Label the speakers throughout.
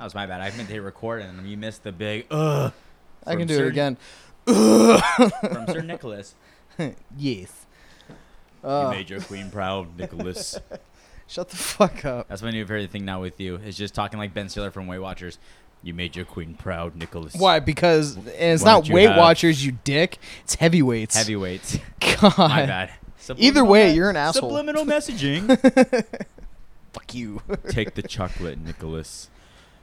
Speaker 1: was my bad. I meant to hit record and you missed the big ugh.
Speaker 2: I
Speaker 1: from
Speaker 2: can do
Speaker 1: Sir-
Speaker 2: it again.
Speaker 1: from Sir Nicholas.
Speaker 2: yes.
Speaker 1: you
Speaker 2: Uh,
Speaker 1: made your queen proud, Nicholas.
Speaker 2: shut the fuck up.
Speaker 1: That's my new favorite thing now with you is just talking like Ben Stiller from Weight Watchers. You made your queen proud, Nicholas.
Speaker 2: Why? Because and it's
Speaker 1: Why
Speaker 2: not
Speaker 1: don't you
Speaker 2: Weight
Speaker 1: have-
Speaker 2: Watchers, you dick. It's heavyweights.
Speaker 1: Heavyweights.
Speaker 2: God.
Speaker 1: my bad.
Speaker 2: Either
Speaker 1: Subliminal
Speaker 2: way,
Speaker 1: me-
Speaker 2: you're an asshole.
Speaker 1: Subliminal messaging.
Speaker 2: Fuck you.
Speaker 1: Take the chocolate, Nicholas.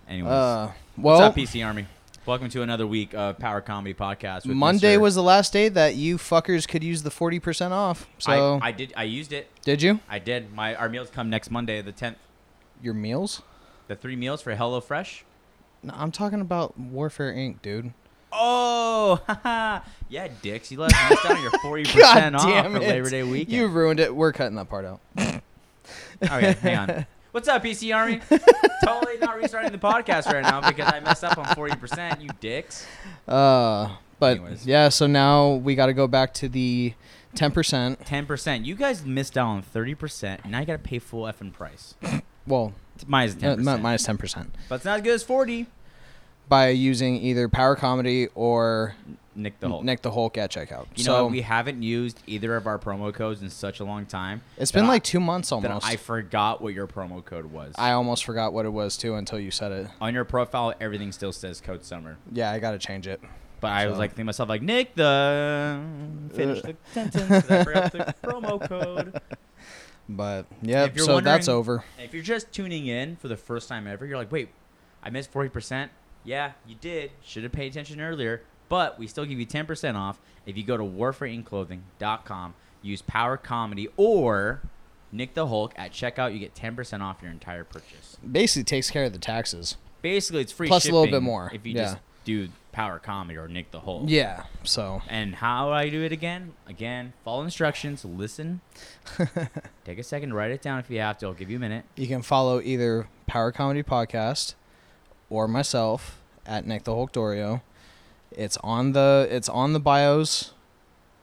Speaker 1: Anyways,
Speaker 2: Uh,
Speaker 1: what's
Speaker 2: well,
Speaker 1: up, PC Army? Welcome to another week of Power Comedy Podcast. With
Speaker 2: Monday
Speaker 1: Mr.
Speaker 2: was the last day that you fuckers could use the forty percent off. So
Speaker 1: I, I did. I used it.
Speaker 2: did you
Speaker 1: I did. My our meals come next Monday, the tenth.
Speaker 2: your meals?
Speaker 1: The three meals for HelloFresh.
Speaker 2: No, I'm talking about Warfare Inc., dude.
Speaker 1: Oh, haha. yeah, dicks. You let us miss out on your forty percent off for Labor Day weekend.
Speaker 2: You ruined it. We're cutting that part out.
Speaker 1: Okay, hang on. What's up, PC Army? totally not restarting the podcast right now because I messed up on forty percent. You dicks.
Speaker 2: Uh, but
Speaker 1: Anyways.
Speaker 2: yeah, so now we got to go back to the ten percent.
Speaker 1: Ten percent. You guys missed out on thirty percent. Now you got to pay full effing price.
Speaker 2: Well,
Speaker 1: It's minus
Speaker 2: uh,
Speaker 1: ten
Speaker 2: mi-
Speaker 1: percent.
Speaker 2: minus ten percent
Speaker 1: But it's not as good as forty.
Speaker 2: by using either Power Comedy or
Speaker 1: Nick the Hulk.
Speaker 2: Nick the Hulk at checkout.
Speaker 1: you know
Speaker 2: so
Speaker 1: what? we haven't used either of our promo codes in such a long time.
Speaker 2: it's
Speaker 1: that
Speaker 2: been
Speaker 1: I-
Speaker 2: like two months
Speaker 1: that
Speaker 2: almost.
Speaker 1: I forgot what your promo code was.
Speaker 2: I almost forgot what it was too until you said it.
Speaker 1: on your profile, everything still says code summer.
Speaker 2: Yeah, I gotta change it.
Speaker 1: But I was
Speaker 2: So-
Speaker 1: like thinking to myself, like Nick the finish the sentence 'cause I forgot the promo code.
Speaker 2: But yeah,
Speaker 1: If you're
Speaker 2: so that's
Speaker 1: wondering-
Speaker 2: over.
Speaker 1: And if you're just tuning in for the first time ever, you're like, wait, I missed forty percent. Yeah, you did. Should have paid attention earlier. But we still give you ten percent off if you go to warforainclothing.com, use Power Comedy or Nick the Hulk at checkout. You get ten percent off your entire purchase.
Speaker 2: Basically takes care of the taxes.
Speaker 1: Basically, it's free
Speaker 2: Plus a little bit
Speaker 1: shipping
Speaker 2: more,
Speaker 1: if you
Speaker 2: yeah.
Speaker 1: just do Power Comedy or Nick the Hulk.
Speaker 2: Yeah. So
Speaker 1: And how I do it again? Again, follow instructions, listen, take a second, write it down if you have to. I'll give you a minute.
Speaker 2: you can follow either Power Comedy Podcast or myself at Nick the Hulk Dorio. It's on the it's on the bios.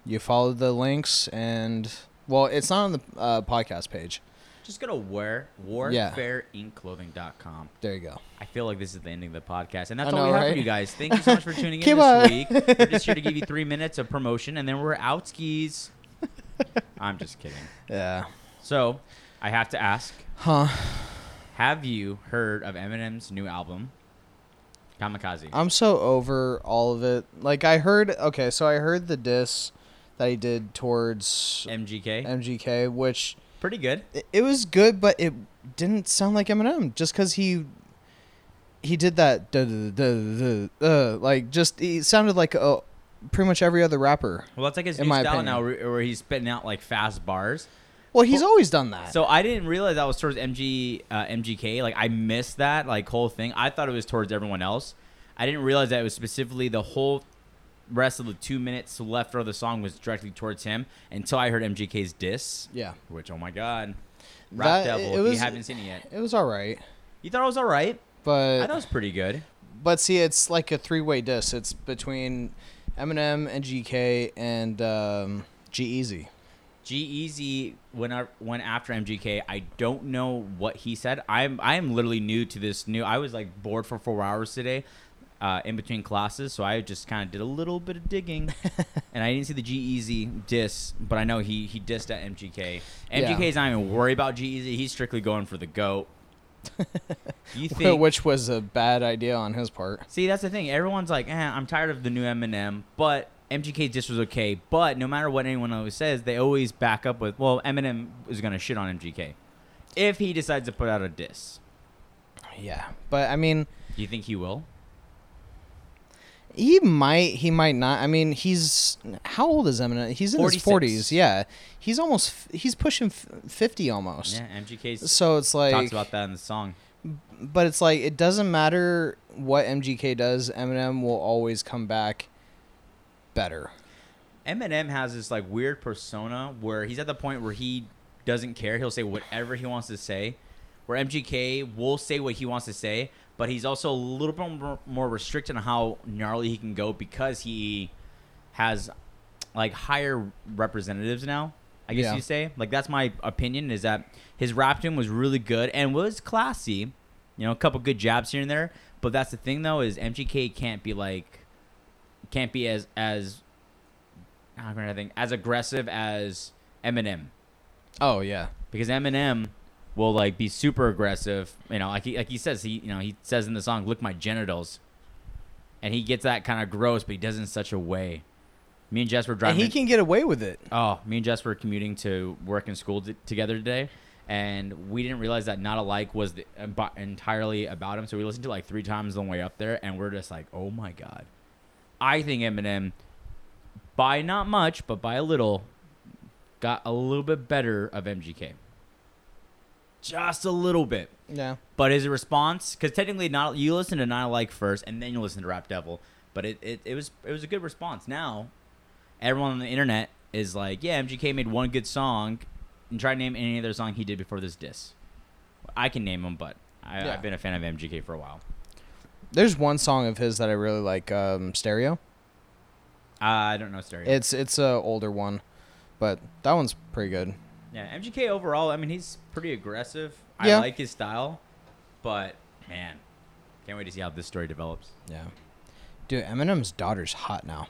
Speaker 2: You follow the links and well, it's not on the uh, podcast page.
Speaker 1: Just go to war warfareincclothing.com.
Speaker 2: There you go.
Speaker 1: I feel like this is the ending of the podcast, and that's
Speaker 2: I
Speaker 1: all we
Speaker 2: know,
Speaker 1: have
Speaker 2: right?
Speaker 1: for you guys. Thank you so much for tuning in this
Speaker 2: Goodbye.
Speaker 1: week. We're just here to give you three minutes of promotion, and then we're out skis. I'm just kidding.
Speaker 2: Yeah.
Speaker 1: So, I have to ask:
Speaker 2: Huh.
Speaker 1: Have you heard of Eminem's new album, Kamikaze?
Speaker 2: I'm so over all of it. Like I heard okay, so I heard the diss that he did towards
Speaker 1: MGK,
Speaker 2: MGK, which
Speaker 1: pretty good.
Speaker 2: it- it was good, but it didn't sound like Eminem just because he he did that duh, duh, duh, duh, duh, uh, like just he sounded like uh, pretty much every other rapper.
Speaker 1: Well, that's like his
Speaker 2: In
Speaker 1: new
Speaker 2: my
Speaker 1: style
Speaker 2: opinion.
Speaker 1: now, where, where he's spitting out like fast bars.
Speaker 2: Well, he's
Speaker 1: Well,
Speaker 2: always done that.
Speaker 1: So I didn't realize that was towards MG uh, MGK. Like I missed that like whole thing. I thought it was towards everyone else. I didn't realize that it was specifically the whole rest of the two minutes left of the song was directly towards him until I heard MGK's diss.
Speaker 2: yeah,
Speaker 1: Which oh my god,
Speaker 2: That-
Speaker 1: Rap
Speaker 2: it
Speaker 1: Devil. if
Speaker 2: was-
Speaker 1: you haven't seen it yet,
Speaker 2: it was all right,
Speaker 1: you thought it was all right. I
Speaker 2: but
Speaker 1: thought it was pretty good.
Speaker 2: but see, it's like a three way diss. It's between Eminem and GK and um, G Easy.
Speaker 1: G E Easy went up- went after MGK. I don't know what he said. I'm I am literally new to this new. I was like bored for four hours today, uh, in between classes, so I just kind of did a little bit of digging, and I didn't see the G Easy diss, but I know he he dissed at MGK. MGK is not even worried about G Easy. He's strictly going for the goat. you think?
Speaker 2: Which was a bad idea on his part.
Speaker 1: see, that's the thing. Everyone's like, eh, I'm tired of the new Eminem, but. MGK's diss was okay, but no matter what anyone always says, they always back up with, well, Eminem is going to shit on MGK. If he decides to put out a diss,
Speaker 2: Yeah, but I mean,
Speaker 1: do you think he will?
Speaker 2: He might. He might not. I mean, he's how old is Eminem? He's in
Speaker 1: 46.
Speaker 2: his forties. Yeah, he's almost. f- He's pushing f- fifty almost.
Speaker 1: Yeah, MGK
Speaker 2: So it's like,
Speaker 1: talks about that in the song.
Speaker 2: but it's like it doesn't matter what MGK does. Eminem will always come back better.
Speaker 1: Eminem has this like weird persona where he's at the point where he doesn't care. He'll say whatever he wants to say. Where MGK will say what he wants to say, but he's also a little bit more, more restricted on how gnarly he can go because he has like higher representatives now. I guess
Speaker 2: Yeah.
Speaker 1: you say. Like that's my opinion is that his rap tune was really good and was classy, You know, a couple good jabs here and there. But that's the thing though is MGK can't be like can't be as as I'm trying to think as aggressive as Eminem
Speaker 2: Oh yeah.
Speaker 1: because Eminem will like be super aggressive. You know, like he like he says he you know he says in the song, "Look my genitals," and he gets that kind of gross, but he does it in such a way. Me and Jess were
Speaker 2: And
Speaker 1: driving.
Speaker 2: he can get away with it.
Speaker 1: oh, me and Jess were commuting to work and school t- together today, and we didn't realize that "Not Alike" was the, ab- entirely about him. So we listened to it, like three times on the way up there, and we're just like, "Oh my god!" I think Eminem, by not much, but by a little, got a little bit better of MGK. Just a little bit.
Speaker 2: Yeah.
Speaker 1: But his response, because technically, not you listen to Not Like first, and then you listen to Rap Devil. But it, it, it was it was a good response. Now, everyone on the internet is like, yeah, MGK made one good song, and try to name any other song he did before this diss. I can name him, but I,
Speaker 2: Yeah.
Speaker 1: I've been a fan of MGK for a while.
Speaker 2: There's one song of his that I really like, um, Stereo.
Speaker 1: Uh, I don't know Stereo.
Speaker 2: It's it's a older one, but that one's pretty good.
Speaker 1: yeah, MGK overall, I mean, he's pretty aggressive. I
Speaker 2: Yeah.
Speaker 1: like his style, but man, can't wait to see how this story develops.
Speaker 2: Yeah. Dude, Eminem's daughter's hot now.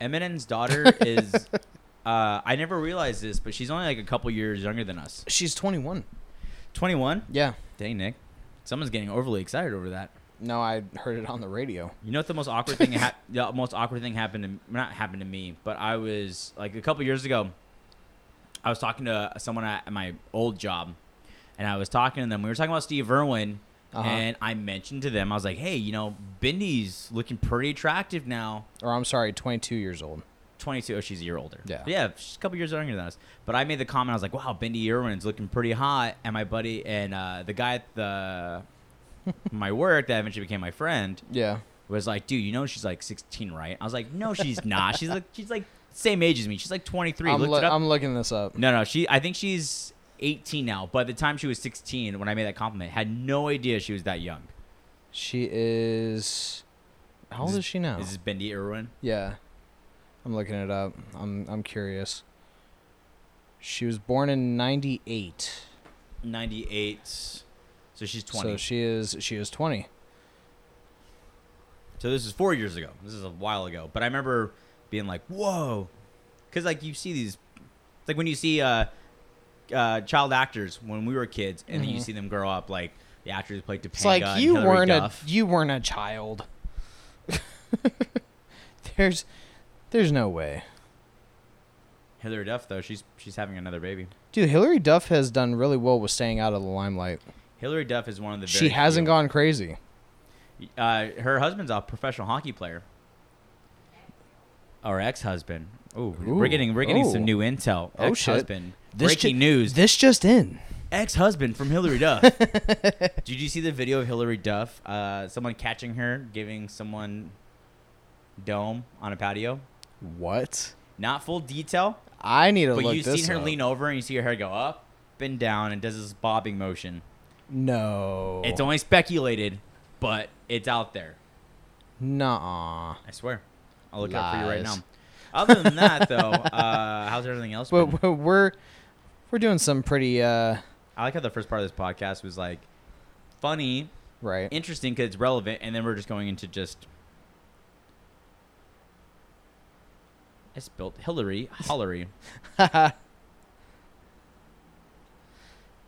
Speaker 1: Eminem's daughter is. Uh, I never realized this, but she's only like a couple years younger than us.
Speaker 2: She's 21.
Speaker 1: 21?
Speaker 2: Yeah.
Speaker 1: Dang, Nick. Someone's getting overly excited over that.
Speaker 2: No, I heard it on the radio.
Speaker 1: You know what the most awkward thing hap- the most awkward thing happened to not happened to me, but I was like a couple years ago. I was talking to someone at my old job, and I was talking to them. We were talking about Steve Irwin,
Speaker 2: Uh-huh.
Speaker 1: and I mentioned to them, I was like, "Hey, you know, Bindy's looking pretty attractive now."
Speaker 2: Or I'm sorry, 22 years old.
Speaker 1: 22. Oh, she's a year older.
Speaker 2: Yeah.
Speaker 1: Yeah, she's a couple years younger than us. But I made the comment. I was like, "Wow, Bendy Irwin's looking pretty hot." And my buddy and uh, the guy at the my work that eventually became my friend
Speaker 2: Yeah.
Speaker 1: was like, "Dude, you know she's like 16, right?" I was like, "No, she's not. She's like she's like same age as me. She's like 23."
Speaker 2: I'm,
Speaker 1: Looked
Speaker 2: loo-
Speaker 1: it up.
Speaker 2: I'm looking this up.
Speaker 1: no, no, she. I think she's 18 now. By the time she was 16, when I made that compliment, had no idea she was that young.
Speaker 2: She is. How old
Speaker 1: Is-
Speaker 2: is she now?
Speaker 1: This is Bendy Irwin.
Speaker 2: Yeah. I'm looking it up. I'm I'm curious. She was born in 98.
Speaker 1: 98. So she's 20.
Speaker 2: So she is she is 20.
Speaker 1: So this is four years ago. This is a while ago. But I remember being like, "Whoa," because like you see these, it's like when you see uh, uh, child actors when we were kids, and then you
Speaker 2: Mhm.
Speaker 1: see them grow up. Like the actors who played Topanga.
Speaker 2: It's like
Speaker 1: and
Speaker 2: you
Speaker 1: Hilary
Speaker 2: weren't
Speaker 1: Duff.
Speaker 2: a you weren't a child. there's there's no way.
Speaker 1: Hillary Duff though. She's she's having another baby.
Speaker 2: Dude, Hillary Duff has done really well with staying out of the limelight.
Speaker 1: Hillary Duff is one of the.
Speaker 2: She
Speaker 1: very
Speaker 2: hasn't
Speaker 1: few-
Speaker 2: gone crazy.
Speaker 1: Uh, her husband's a professional hockey player. Our ex-husband. Oh, we're
Speaker 2: Ooh.
Speaker 1: getting we're getting some
Speaker 2: Oh.
Speaker 1: new intel.
Speaker 2: Oh, shit.
Speaker 1: Ex-husband.
Speaker 2: This
Speaker 1: Breaking
Speaker 2: ju-
Speaker 1: news.
Speaker 2: This just in.
Speaker 1: ex-husband from Hillary Duff. Did you see the video of Hillary Duff? Uh, someone catching her giving someone dome on a patio.
Speaker 2: What?
Speaker 1: Not full detail,
Speaker 2: I need to
Speaker 1: but
Speaker 2: look
Speaker 1: you've
Speaker 2: this
Speaker 1: seen her
Speaker 2: up.
Speaker 1: lean over and you see her hair go up and down and does this bobbing motion.
Speaker 2: No.
Speaker 1: It's only speculated, but it's out there.
Speaker 2: Nuh-uh.
Speaker 1: I swear. I'll look it up for you right now.
Speaker 2: Lies.
Speaker 1: Other than that, though, uh, how's everything else? been?
Speaker 2: But we're we're doing some pretty uh
Speaker 1: I like how the first part of this podcast was like funny,
Speaker 2: right.
Speaker 1: interesting because it's relevant, and then we're just going into just. I spelled Hillary Hollery.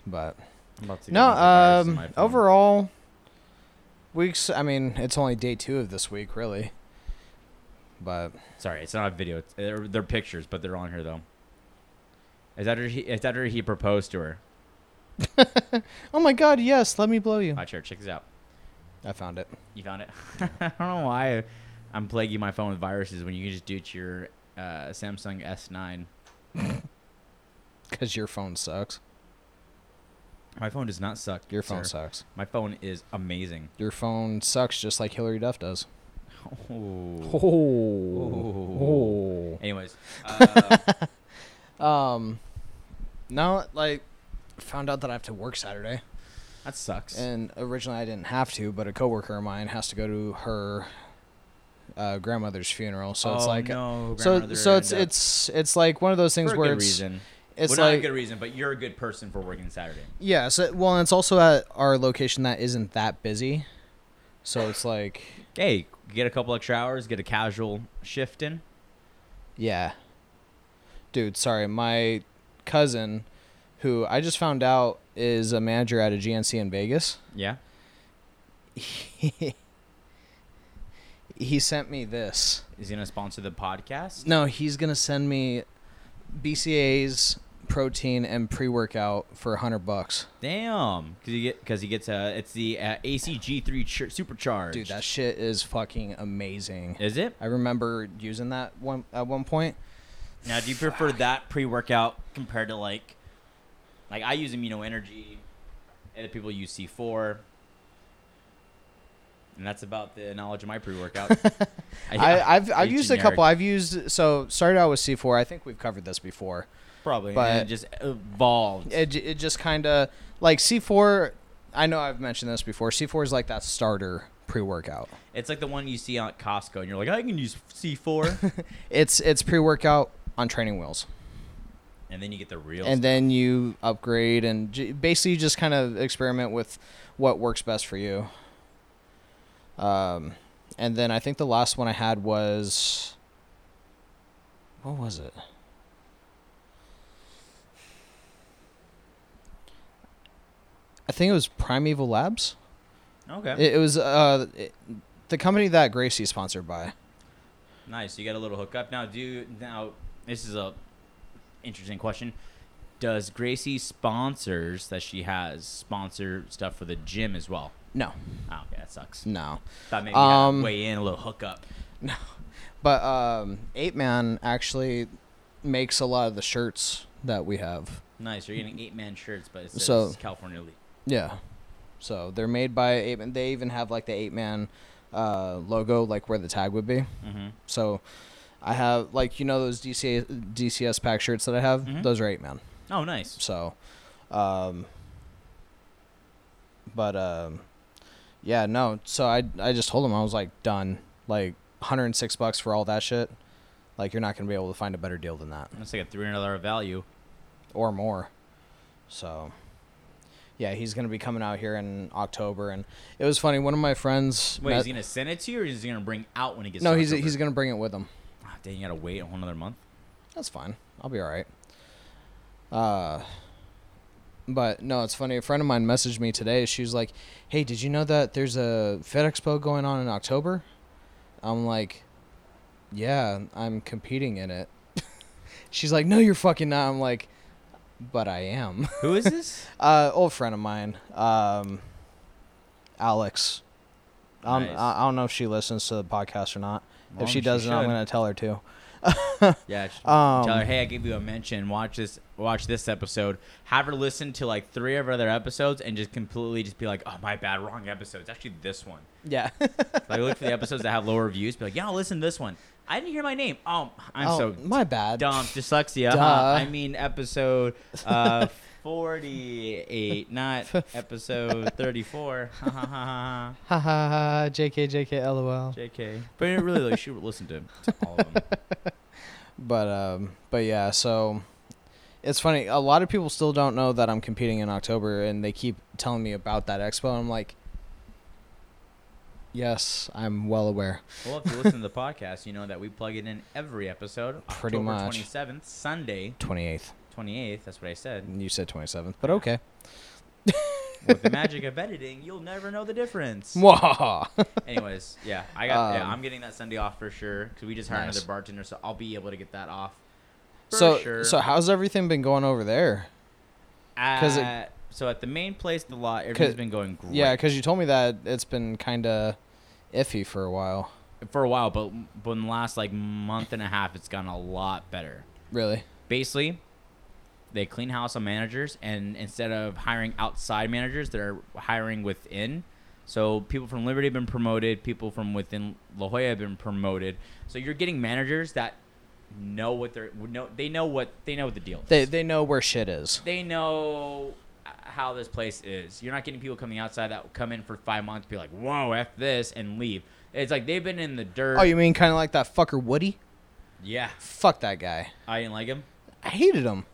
Speaker 2: But
Speaker 1: I'm about to
Speaker 2: no,
Speaker 1: get antivirus in
Speaker 2: um
Speaker 1: my phone.
Speaker 2: overall weeks I mean, it's only day 2 of this week really. But
Speaker 1: Sorry, it's not a video. It's, they're, they're pictures, but they're on here though. Is that her? He, is that her? He proposed to her.
Speaker 2: oh my god, yes, let me blow you.
Speaker 1: Watch here. Check this out.
Speaker 2: I found it.
Speaker 1: You found it. I don't know why I'm plaguing my phone with viruses when you can just do it to your uh, Samsung S9.
Speaker 2: Cuz your phone sucks.
Speaker 1: My phone does not suck.
Speaker 2: Your phone
Speaker 1: sir.
Speaker 2: sucks.
Speaker 1: My phone is amazing.
Speaker 2: Your phone sucks just like Hillary Duff does.
Speaker 1: Oh.
Speaker 2: Oh.
Speaker 1: Anyways, uh,
Speaker 2: Um no, like found out that I have to work Saturday.
Speaker 1: that sucks.
Speaker 2: And originally I didn't have to, but a coworker of mine has to go to her uh, grandmother's funeral, so it's
Speaker 1: Oh,
Speaker 2: like
Speaker 1: no,
Speaker 2: so
Speaker 1: grandmother
Speaker 2: so it's
Speaker 1: end up-
Speaker 2: it's it's like one of those things
Speaker 1: for a
Speaker 2: where
Speaker 1: good
Speaker 2: it's
Speaker 1: reason.
Speaker 2: It's
Speaker 1: well, not a
Speaker 2: like
Speaker 1: good reason, but you're a good person for working Saturday.
Speaker 2: yeah. So well, and it's also at our location that isn't that busy, so it's like
Speaker 1: Hey, get a couple extra hours, get a casual shift in.
Speaker 2: yeah. Dude, sorry, my cousin, who I just found out is a manager at a GNC in Vegas.
Speaker 1: Yeah.
Speaker 2: He sent me this.
Speaker 1: Is he gonna sponsor the podcast?
Speaker 2: No, he's gonna send me BCA's protein and pre workout for hundred bucks.
Speaker 1: Damn, because he get because he gets a it's the uh, ACG three ch- supercharged.
Speaker 2: Dude, that shit is fucking amazing.
Speaker 1: is it.
Speaker 2: I remember using that one at one point.
Speaker 1: Now, do you prefer that pre workout compared to like, like I use Amino Energy, other people use C four, and that's about the knowledge of my pre workout.
Speaker 2: I, I've I've used a couple. I've used so started out with C four. I think we've covered this before.
Speaker 1: probably,
Speaker 2: but-
Speaker 1: and it just evolved.
Speaker 2: It j- it just kind of like C four. I know I've mentioned this before. C four is like that starter pre workout.
Speaker 1: it's like the one you see at Costco, and you're like, I can use C four,
Speaker 2: It's it's pre workout on training wheels.
Speaker 1: and then you get the real.
Speaker 2: and then you upgrade and j- basically just kind of experiment with what works best for you. Um, and then I think the last one I had was what was it? I think it was Primeval Labs.
Speaker 1: okay,
Speaker 2: It, it was uh, it, the company that Gracie sponsored by.
Speaker 1: Nice. You got a little hookup now. Do you, now. This is a interesting question. Does Gracie sponsors that she has sponsor stuff for the gym as well?
Speaker 2: No,
Speaker 1: Oh, okay, that sucks.
Speaker 2: no.
Speaker 1: Thought maybe um,
Speaker 2: Um,
Speaker 1: weigh in a little hookup.
Speaker 2: But um, Ape Man actually makes a lot of the shirts that we have.
Speaker 1: Nice. You're getting eight man shirts, but it says
Speaker 2: So-
Speaker 1: California Elite.
Speaker 2: Yeah. So they're made by Ape Man. They even have like the Ape Man uh, logo, like where the tag would be.
Speaker 1: Mm-hmm.
Speaker 2: So I have like you know those DCA, DCS pack shirts that I have.
Speaker 1: Mhm.
Speaker 2: Those are Ape Man.
Speaker 1: Oh, nice.
Speaker 2: So, um, but um, yeah, no. So I I just told him I was like done. Like 106 bucks for all that shit. Like you're not gonna be able to find a better deal than that.
Speaker 1: That's like a three hundred dollar value.
Speaker 2: or more. So, yeah, he's gonna be coming out here in October, and it was funny. One of my friends.
Speaker 1: Wait,
Speaker 2: met-
Speaker 1: is he gonna send it to you, or is he gonna bring out when he gets?
Speaker 2: no,
Speaker 1: to
Speaker 2: he's
Speaker 1: October?
Speaker 2: he's gonna bring it with him.
Speaker 1: Ah, dang, you gotta wait a whole another month.
Speaker 2: That's fine. I'll be all right. Uh, but no, it's funny. A friend of mine messaged me today. She was like, "Hey, did you know that there's a Fed Expo going on in October?" I'm like, "Yeah, I'm competing in it." She's like, "No, you're fucking not." I'm like, "But I am."
Speaker 1: Who is this?
Speaker 2: uh, old friend of mine, um, Alex. I don't,
Speaker 1: Nice.
Speaker 2: I, I don't know if she listens to the podcast or not.
Speaker 1: Well,
Speaker 2: if she doesn't, I'm
Speaker 1: should.
Speaker 2: gonna tell her to.
Speaker 1: Yeah, just
Speaker 2: Um,
Speaker 1: tell her, hey, I gave you a mention. Watch this. Watch this episode. Have her listen to like three of her other episodes and just completely just be like, oh my bad, wrong episode. It's actually this one.
Speaker 2: Yeah.
Speaker 1: Like look for the episodes that have lower views. Be like, yeah, I'll listen to this one. I didn't hear my name. Oh, I'm
Speaker 2: Oh,
Speaker 1: so
Speaker 2: my bad.
Speaker 1: dumb. Dyslexia. huh?
Speaker 2: Duh.
Speaker 1: I mean episode uh, forty-eight, not episode thirty-four. Ha, ha, ha, ha, ha.
Speaker 2: Ha ha ha. Jk jk lol.
Speaker 1: Jk. But it really, like, she listened to, to all of them.
Speaker 2: But um, but yeah. So it's funny. A lot of people still don't know that I'm competing in October, and they keep telling me about that expo. And I'm like, yes, I'm well aware.
Speaker 1: Well, if you listen to the podcast, you know that we plug it in every episode.
Speaker 2: Pretty
Speaker 1: October
Speaker 2: much.
Speaker 1: 27th, Sunday,
Speaker 2: 28th.
Speaker 1: 28th. That's what I said.
Speaker 2: You said 27th, but okay.
Speaker 1: With the magic of editing, you'll never know the difference.
Speaker 2: Mwah.
Speaker 1: Anyways, yeah, I got. yeah,
Speaker 2: Um,
Speaker 1: I'm getting that Sunday off for sure because we just hired
Speaker 2: Nice.
Speaker 1: another bartender, so I'll be able to get that off. For
Speaker 2: So
Speaker 1: sure.
Speaker 2: so how's everything been going over there?
Speaker 1: at,
Speaker 2: 'cause it-
Speaker 1: so at the main place, the lot everything's been going great.
Speaker 2: Yeah, because you told me that it's been kind of iffy for a while.
Speaker 1: for a while, but but in the last like month and a half, it's gotten a lot better.
Speaker 2: Really?
Speaker 1: basically they clean house on managers and instead of hiring outside managers they're hiring within so people from liberty have been promoted people from within la jolla have been promoted so you're getting managers that know what they're would know they know what they know what the deal is.
Speaker 2: They they know where shit is.
Speaker 1: They know how this place is you're not getting people coming outside that come in for five months be like whoa f this and leave it's like they've been in the dirt
Speaker 2: Oh, you mean kind of like that fucker Woody?
Speaker 1: yeah
Speaker 2: Fuck that guy.
Speaker 1: i didn't like him
Speaker 2: I hated him.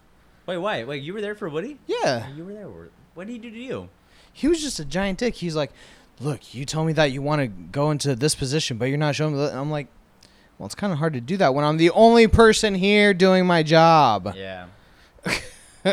Speaker 1: Wait, why? Wait, you were there for Woody?
Speaker 2: Yeah.
Speaker 1: You were there. Wor- What did he do to you?
Speaker 2: He was just a giant dick. He's like, look, you told me that you want to go into this position, but you're not showing me. the-" And I'm like, well, it's kind of hard to do that when I'm the only person here doing my job.
Speaker 1: Yeah.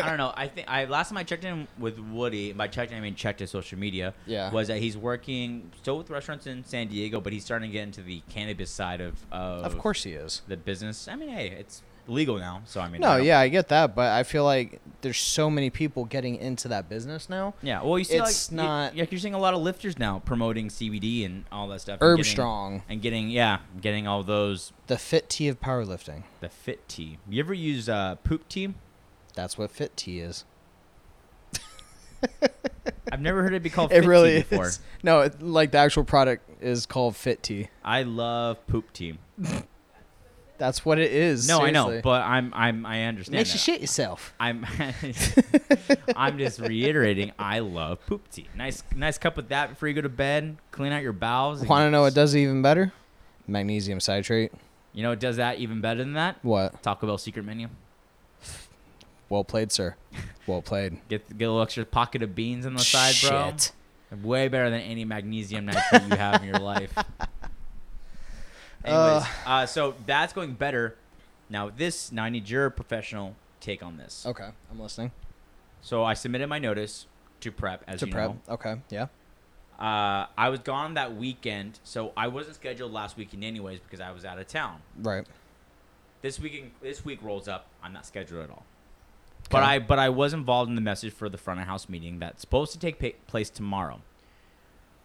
Speaker 1: I don't know. I think I last time I checked in with Woody. By checked in, I mean checked his social media.
Speaker 2: Yeah.
Speaker 1: Was that he's working still with restaurants in San Diego, but he's starting to get into the cannabis side of of,
Speaker 2: Of course he is.
Speaker 1: the business. I mean, hey, it's legal now, so I mean. I
Speaker 2: No,
Speaker 1: don't-
Speaker 2: yeah, I get that, but I feel like there's so many people getting into that business now.
Speaker 1: Yeah. Well, you see,
Speaker 2: It's
Speaker 1: like,
Speaker 2: not-
Speaker 1: You, like you're seeing a lot of lifters now promoting CBD and all that stuff. and
Speaker 2: Herb
Speaker 1: getting-
Speaker 2: Strong,
Speaker 1: And getting yeah, getting all those
Speaker 2: the fit tea of powerlifting.
Speaker 1: the fit tea. You ever use uh, poop tea?
Speaker 2: That's what fit tea is.
Speaker 1: I've never heard it be called.
Speaker 2: It
Speaker 1: Oh, fit
Speaker 2: really
Speaker 1: tea before.
Speaker 2: is. No, it, like the actual product is called fit tea.
Speaker 1: I love poop tea.
Speaker 2: That's what it is.
Speaker 1: No, I know,
Speaker 2: seriously.
Speaker 1: but I'm I'm I understand.
Speaker 2: makes you
Speaker 1: that.
Speaker 2: shit yourself.
Speaker 1: I'm I'm just reiterating. I love poop tea. Nice nice cup of that before you go to bed. Clean out your bowels. and-
Speaker 2: Want to know what does it even better? Magnesium citrate.
Speaker 1: You know, it does that even better than that.
Speaker 2: What?
Speaker 1: Taco Bell secret menu.
Speaker 2: Well played, sir. Well played.
Speaker 1: Get get a little extra pocket of beans on the side, bro.
Speaker 2: Shit.
Speaker 1: Way better than any magnesium nitrate you have in your life. Anyways, uh, so that's going better. Now this, now I need your professional take on this.
Speaker 2: Okay, I'm listening.
Speaker 1: So I submitted my notice to prep, as
Speaker 2: to
Speaker 1: you
Speaker 2: prep.
Speaker 1: know.
Speaker 2: Okay, yeah.
Speaker 1: Uh, I was gone that weekend, so I wasn't scheduled last weekend anyways because I was out of town.
Speaker 2: Right.
Speaker 1: This weekend, this week rolls up, I'm not scheduled at all. But
Speaker 2: Okay.
Speaker 1: I but I was involved in the message for the front of house meeting that's supposed to take pa- place tomorrow.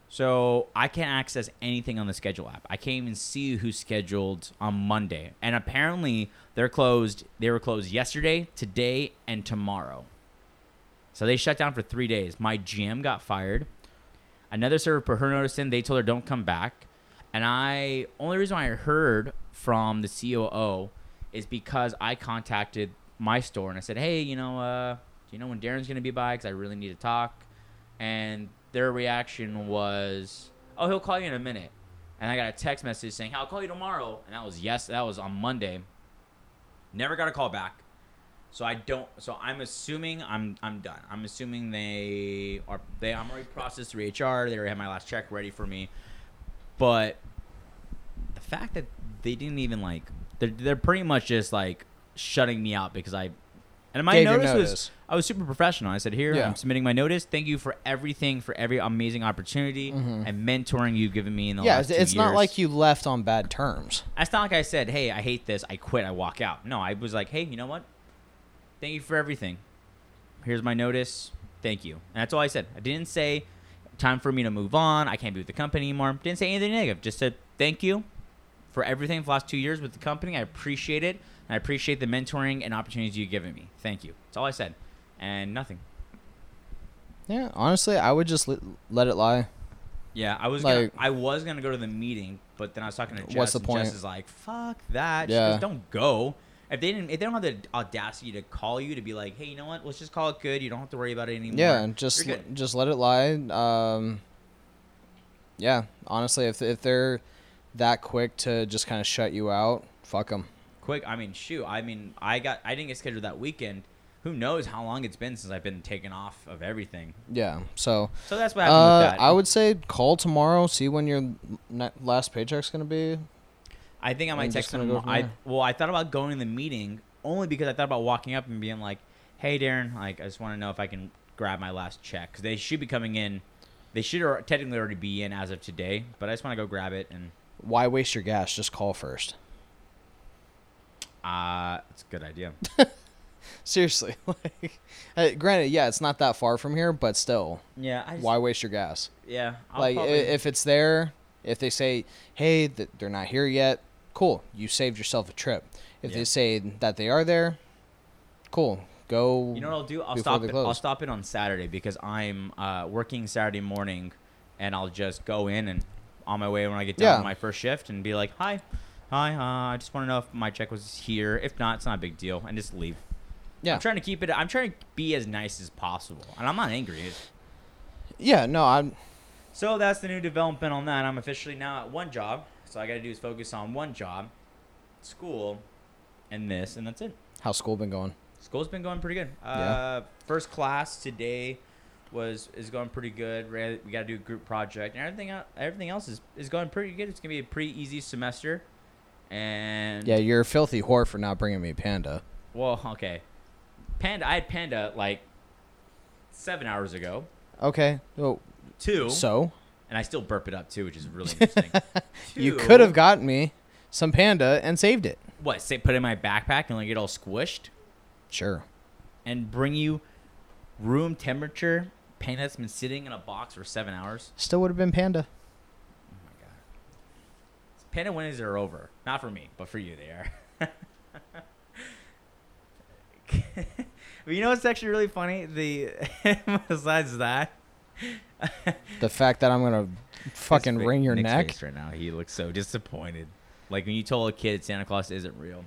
Speaker 1: So I can't access anything on the schedule app. I can't even see who's scheduled on Monday. And apparently they're closed. They were closed yesterday, today, and tomorrow. So they shut down for three days. My GM got fired. Another server put her notice in. They told her don't come back. And I only reason why I heard from the COO is because I contacted my store and I said, hey, you know, uh, do you know when Darren's gonna be by? Because I really need to talk. And their reaction was, oh, he'll call you in a minute. And I got a text message saying, I'll call you tomorrow. And that was yes, that was on Monday. Never got a call back. So I don't. So I'm assuming I'm I'm done. I'm assuming they are they. I'm already processed through HR. They already have my last check ready for me. But the fact that they didn't even like they're they're pretty much just like shutting me out because I and my
Speaker 2: Gave your
Speaker 1: notice, was
Speaker 2: notice.
Speaker 1: I was super professional. I said here
Speaker 2: Yeah.
Speaker 1: I'm submitting my notice. Thank you for everything for every amazing opportunity and mentoring you've given me in the
Speaker 2: Mm-hmm. Yeah,
Speaker 1: last
Speaker 2: it's,
Speaker 1: two
Speaker 2: it's not
Speaker 1: years."
Speaker 2: like you left on bad terms.
Speaker 1: It's not like I said, "Hey, I hate this. I quit. I walk out." No, I was like, "Hey, you know what? Thank you for everything. Here's my notice. Thank you." And that's all I said. I didn't say time for me to move on. I can't be with the company anymore. Didn't say anything negative. Just said thank you for everything for the last two years with the company. I appreciate it. And I appreciate the mentoring and opportunities you've given me. Thank you. That's all I said. And nothing.
Speaker 2: Yeah, honestly, I would just let, let it lie.
Speaker 1: Yeah, I was gonna,
Speaker 2: Like-
Speaker 1: I was gonna go to the meeting, but then I was talking to Jess.
Speaker 2: What's the
Speaker 1: and
Speaker 2: point?
Speaker 1: Jess is like, "Fuck that! She
Speaker 2: Yeah.
Speaker 1: goes, don't go." If they didn't, if they don't have the audacity to call you to be like, "Hey, you know what? Let's just call it good. You don't have to worry about it anymore."
Speaker 2: Yeah, just
Speaker 1: You're good.
Speaker 2: just let it lie. Um, yeah, honestly, if if they're that quick to just kind of shut you out, fuck them.
Speaker 1: quick. I mean, shoot. I mean, I got, I didn't get scheduled that weekend. Who knows how long it's been since I've been taken off of everything.
Speaker 2: Yeah, so
Speaker 1: So that's what happened with
Speaker 2: uh,
Speaker 1: that.
Speaker 2: I would say call tomorrow, see when your ne- last paycheck's gonna be.
Speaker 1: I think I might
Speaker 2: I'm
Speaker 1: text
Speaker 2: just
Speaker 1: him.
Speaker 2: gonna go from
Speaker 1: I
Speaker 2: there.
Speaker 1: well, I thought about going to the meeting only because I thought about walking up and being like, "Hey, Darren, like I just want to know if I can grab my last check because they should be coming in. They should ar- technically already be in as of today, but I just want to go grab it and
Speaker 2: Why waste your gas? Just call first.
Speaker 1: uh, it's a good idea.
Speaker 2: Seriously, like, uh, granted, yeah, it's not that far from here, but still,
Speaker 1: yeah, I just,
Speaker 2: why waste your gas?
Speaker 1: Yeah, I'll
Speaker 2: like i
Speaker 1: probably-
Speaker 2: if it's there, if they say, "Hey, th- they're not here yet," cool, you saved yourself a trip. If
Speaker 1: Yeah.
Speaker 2: they say that they are there, cool, go.
Speaker 1: You know what I'll do? I'll
Speaker 2: before
Speaker 1: stop
Speaker 2: they
Speaker 1: it. I'll
Speaker 2: close.
Speaker 1: stop it on Saturday because I'm uh, working Saturday morning, and I'll just go in and on my way when I get done
Speaker 2: Yeah.
Speaker 1: with my first shift and be like, "Hi, hi, uh, I just want to know if my check was here. If not, it's not a big deal," and just leave.
Speaker 2: yeah,
Speaker 1: I'm trying to keep it. I'm trying to be as nice as possible, and I'm not angry. It's-
Speaker 2: yeah, no, I'm
Speaker 1: So that's the new development on that. I'm officially now at one job, so I got to do is focus on one job, school, and this, and that's it.
Speaker 2: how's school been going?
Speaker 1: school's been going pretty good. Uh, First class today was is going pretty good. Re- We got to do a group project and everything. el- Everything else is is going pretty good. It's gonna be a pretty easy semester. And
Speaker 2: Yeah, you're a filthy whore for not bringing me Panda.
Speaker 1: well, okay. Panda, I had Panda like seven hours ago.
Speaker 2: Okay. Well,
Speaker 1: Two,
Speaker 2: so
Speaker 1: and I still burp it up too, which is really interesting.
Speaker 2: you
Speaker 1: Two-
Speaker 2: could have gotten me some Panda and saved it.
Speaker 1: what? Say, put it in my backpack and like get all squished.
Speaker 2: Sure.
Speaker 1: and bring you room temperature paint that's been sitting in a box for seven hours.
Speaker 2: Still would have been Panda.
Speaker 1: Oh my god. Panda Wednesdays are over. Not for me, but for you they are. but you know what's actually really funny? The besides that
Speaker 2: The fact that I'm gonna fucking
Speaker 1: His fa-
Speaker 2: wring your
Speaker 1: Nick's
Speaker 2: neck.
Speaker 1: face right now. He looks so disappointed. Like when you told a kid Santa Claus isn't real.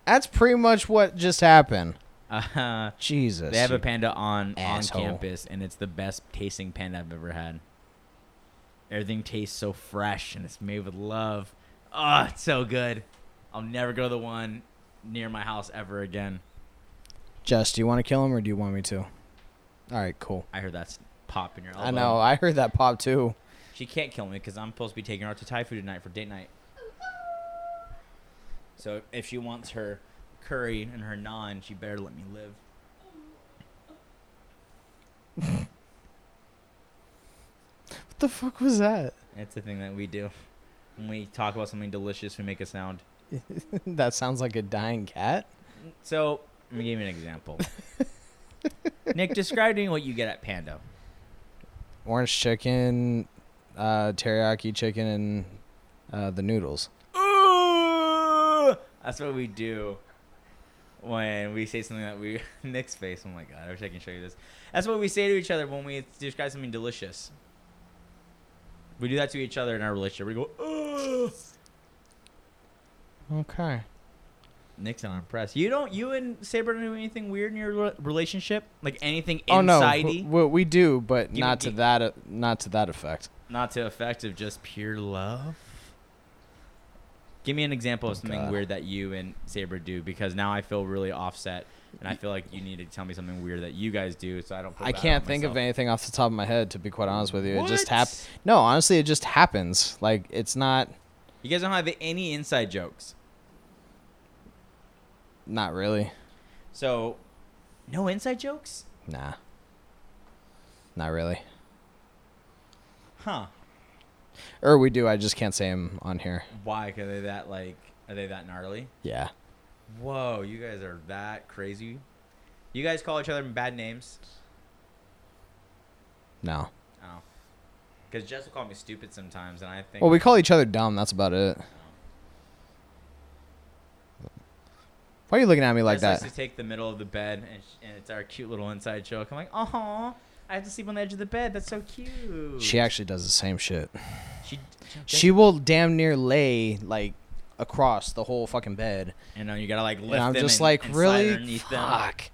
Speaker 2: That's pretty much what just happened.
Speaker 1: Uh,
Speaker 2: Jesus.
Speaker 1: they have a panda on on
Speaker 2: asshole.
Speaker 1: campus, and it's the best tasting panda I've ever had. Everything tastes so fresh, and it's made with love. Oh, it's so good. I'll never go to the one near my house ever again.
Speaker 2: Jess, do you want to kill him or do you want me to? All right, cool.
Speaker 1: I heard that's pop in your elbow.
Speaker 2: I know. I heard that pop too.
Speaker 1: She can't kill me because I'm supposed to be taking her out to Thai food tonight for date night. So if she wants her curry and her naan, she better let me live.
Speaker 2: What the fuck was that?
Speaker 1: That's the thing that we do. When we talk about something delicious, we make a sound.
Speaker 2: that sounds like a dying cat.
Speaker 1: So let me give you an example. Nick, describe to me what you get at Panda.
Speaker 2: Orange chicken, uh, teriyaki chicken, and uh, the noodles.
Speaker 1: Ooh, that's what we do when we say something that we Nick's face. Oh my god, I wish I can show you this. That's what we say to each other when we describe something delicious. We do that to each other in our relationship. We go, Ooh.
Speaker 2: Okay.
Speaker 1: Nick's not impressed. You don't. You and Saber don't do anything weird in your rela- relationship, like anything
Speaker 2: Oh no,
Speaker 1: insidey.
Speaker 2: w- we do, but
Speaker 1: Give me-
Speaker 2: not to
Speaker 1: give-
Speaker 2: that, uh, not to that effect.
Speaker 1: not to effective, just pure love. Give me an example of
Speaker 2: Oh,
Speaker 1: something
Speaker 2: God.
Speaker 1: weird that you and Saber do because now I feel really offset and I feel like you need to tell me something weird that you guys do so I don't. Feel
Speaker 2: I
Speaker 1: bad
Speaker 2: can't
Speaker 1: about
Speaker 2: think of
Speaker 1: myself.
Speaker 2: anything off the top of my head, to be quite honest with you. It just
Speaker 1: What?
Speaker 2: hap- No, honestly, it just happens. Like it's not,
Speaker 1: You guys don't have any inside jokes,
Speaker 2: not really.
Speaker 1: so no inside jokes,
Speaker 2: Nah. Not really.
Speaker 1: huh?
Speaker 2: Or we do. I just can't say him on here.
Speaker 1: Why are they that like? Are they that gnarly?
Speaker 2: Yeah.
Speaker 1: Whoa, you guys are that crazy. You guys call each other bad names.
Speaker 2: No.
Speaker 1: Oh, because Jess will call me stupid sometimes, and I think.
Speaker 2: Well, we call each other dumb. That's about it. Why are you looking at me like
Speaker 1: Jess
Speaker 2: that?
Speaker 1: likes to take the middle of the bed, and, sh- and it's our cute little inside joke. I'm like, oh, I have to sleep on the edge of the bed. That's so cute.
Speaker 2: She actually does the same shit.
Speaker 1: she,
Speaker 2: She will damn near lay like across the whole fucking bed,
Speaker 1: You know, you gotta like lift
Speaker 2: and I'm
Speaker 1: them
Speaker 2: just
Speaker 1: and-
Speaker 2: like,
Speaker 1: and slide
Speaker 2: really?
Speaker 1: underneath them.
Speaker 2: Fuck.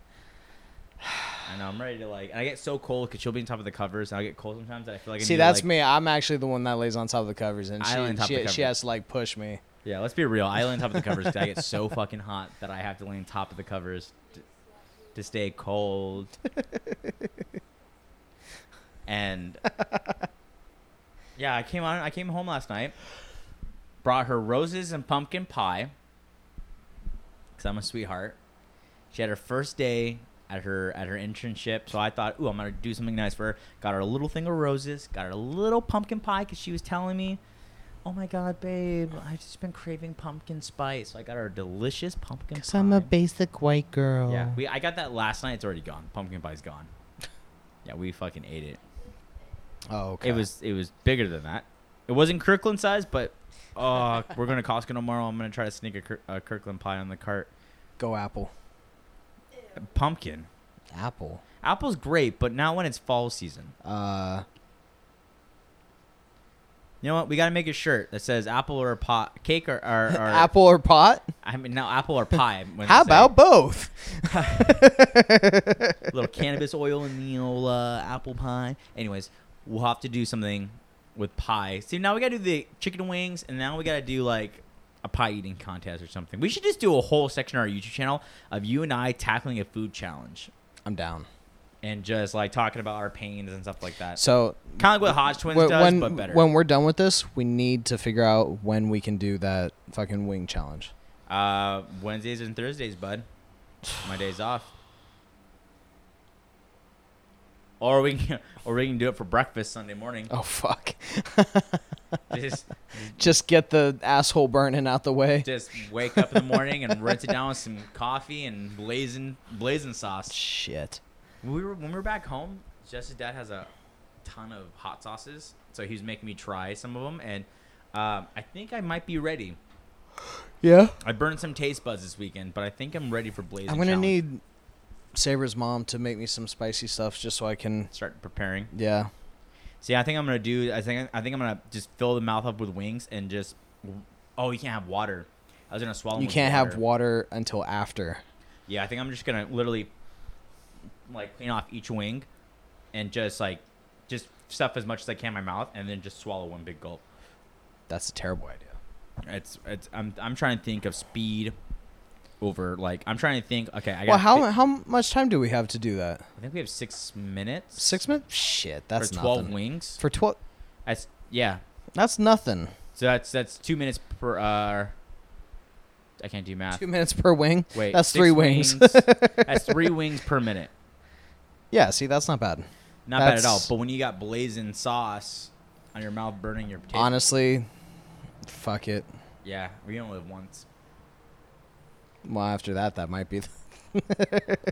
Speaker 1: I know. I'm ready to like, and I get so cold because she'll be on top of the covers, and I get cold sometimes. And I feel like I
Speaker 2: See,
Speaker 1: need to,
Speaker 2: that's
Speaker 1: like-
Speaker 2: me. I'm actually the one that lays on top of the covers, and
Speaker 1: I lay on
Speaker 2: she
Speaker 1: top
Speaker 2: she,
Speaker 1: of the
Speaker 2: she
Speaker 1: cover.
Speaker 2: has to like push me.
Speaker 1: Yeah, let's be real. I lay on top of the covers because I get so fucking hot that I have to lay on top of the covers to, to stay cold. and yeah, I came on. I came home last night, brought her roses and pumpkin pie because I'm a sweetheart. She had her first day at her at her internship, so I thought, ooh, I'm gonna do something nice for her. Got her a little thing of roses, got her a little pumpkin pie because she was telling me, "Oh my god, babe, I've just been craving pumpkin spice." So I got her a delicious pumpkin. pie.
Speaker 2: basic white girl.
Speaker 1: yeah. We I got that last night. It's already gone. Pumpkin pie's gone. yeah, we fucking ate it.
Speaker 2: oh, okay.
Speaker 1: It was it was bigger than that. It wasn't Kirkland size, but oh, we're going to Costco tomorrow. I'm gonna try to sneak a, Kir- a Kirkland pie on the cart.
Speaker 2: go apple.
Speaker 1: Pumpkin.
Speaker 2: Apple.
Speaker 1: Apple's great, but not when it's fall season.
Speaker 2: Uh,
Speaker 1: You know what? We got to make a shirt that says apple or pot, cake or, or, or
Speaker 2: apple or pot?
Speaker 1: I mean, now apple or pie. when
Speaker 2: How
Speaker 1: they say
Speaker 2: about both?
Speaker 1: a little cannabis oil and the old uh, apple pie? Anyways, we'll have to do something with pie. See, now we got to do the chicken wings, and now we got to do like a pie eating contest or something. We should just do a whole section on our YouTube channel of you and I tackling a food challenge
Speaker 2: I'm down.
Speaker 1: and just like talking about our pains and stuff like that.
Speaker 2: So
Speaker 1: Kind of like what Hodge Twins
Speaker 2: when
Speaker 1: does,
Speaker 2: when,
Speaker 1: but better.
Speaker 2: when we're done with this, we need to figure out when we can do that fucking wing challenge.
Speaker 1: uh, Wednesdays and Thursdays, bud. My day's off. Or we can, or we can do it for breakfast Sunday morning.
Speaker 2: Oh fuck!
Speaker 1: Just
Speaker 2: Just get the asshole burning out the way.
Speaker 1: just wake up in the morning and rinse it down with some coffee and blazing blazing sauce.
Speaker 2: Shit.
Speaker 1: We were when we were back home. Jess's dad has a ton of hot sauces, so he was making me try some of them, and um, I think I might be ready.
Speaker 2: Yeah.
Speaker 1: I burned some taste buds this weekend, but I think I'm ready for blazing.
Speaker 2: I'm gonna
Speaker 1: challenge.
Speaker 2: need Saber's mom to make me some spicy stuff just so I can.
Speaker 1: start preparing.
Speaker 2: Yeah.
Speaker 1: See, I think I'm gonna do. I think I think I'm gonna just fill the mouth up with wings and just. Oh, you can't have water. I was gonna swallow.
Speaker 2: You
Speaker 1: with
Speaker 2: can't have
Speaker 1: water.
Speaker 2: water until after.
Speaker 1: Yeah, I think I'm just gonna literally like clean off each wing and just like just stuff as much as I can in my mouth and then just swallow one big gulp.
Speaker 2: That's a terrible idea.
Speaker 1: It's it's I'm I'm trying to think of speed over like I'm trying to think okay, I got
Speaker 2: Well, how how much time do we have to do that?
Speaker 1: I think we have 6 minutes.
Speaker 2: Six minutes? Shit, that's
Speaker 1: for 12
Speaker 2: nothing.
Speaker 1: wings.
Speaker 2: For twelve,
Speaker 1: That's yeah.
Speaker 2: that's nothing.
Speaker 1: So that's that's 2 minutes per uh I can't do math.
Speaker 2: Two minutes per wing.
Speaker 1: Ah. Wait.
Speaker 2: that's
Speaker 1: six
Speaker 2: three wings.
Speaker 1: that's 3 wings per minute.
Speaker 2: Yeah, see, that's not bad.
Speaker 1: Not bad at all,
Speaker 2: That's-
Speaker 1: but when you got blazing sauce on your mouth burning your potato
Speaker 2: Honestly, fuck it.
Speaker 1: Yeah, we only live once.
Speaker 2: Well, after that, that might be.
Speaker 1: We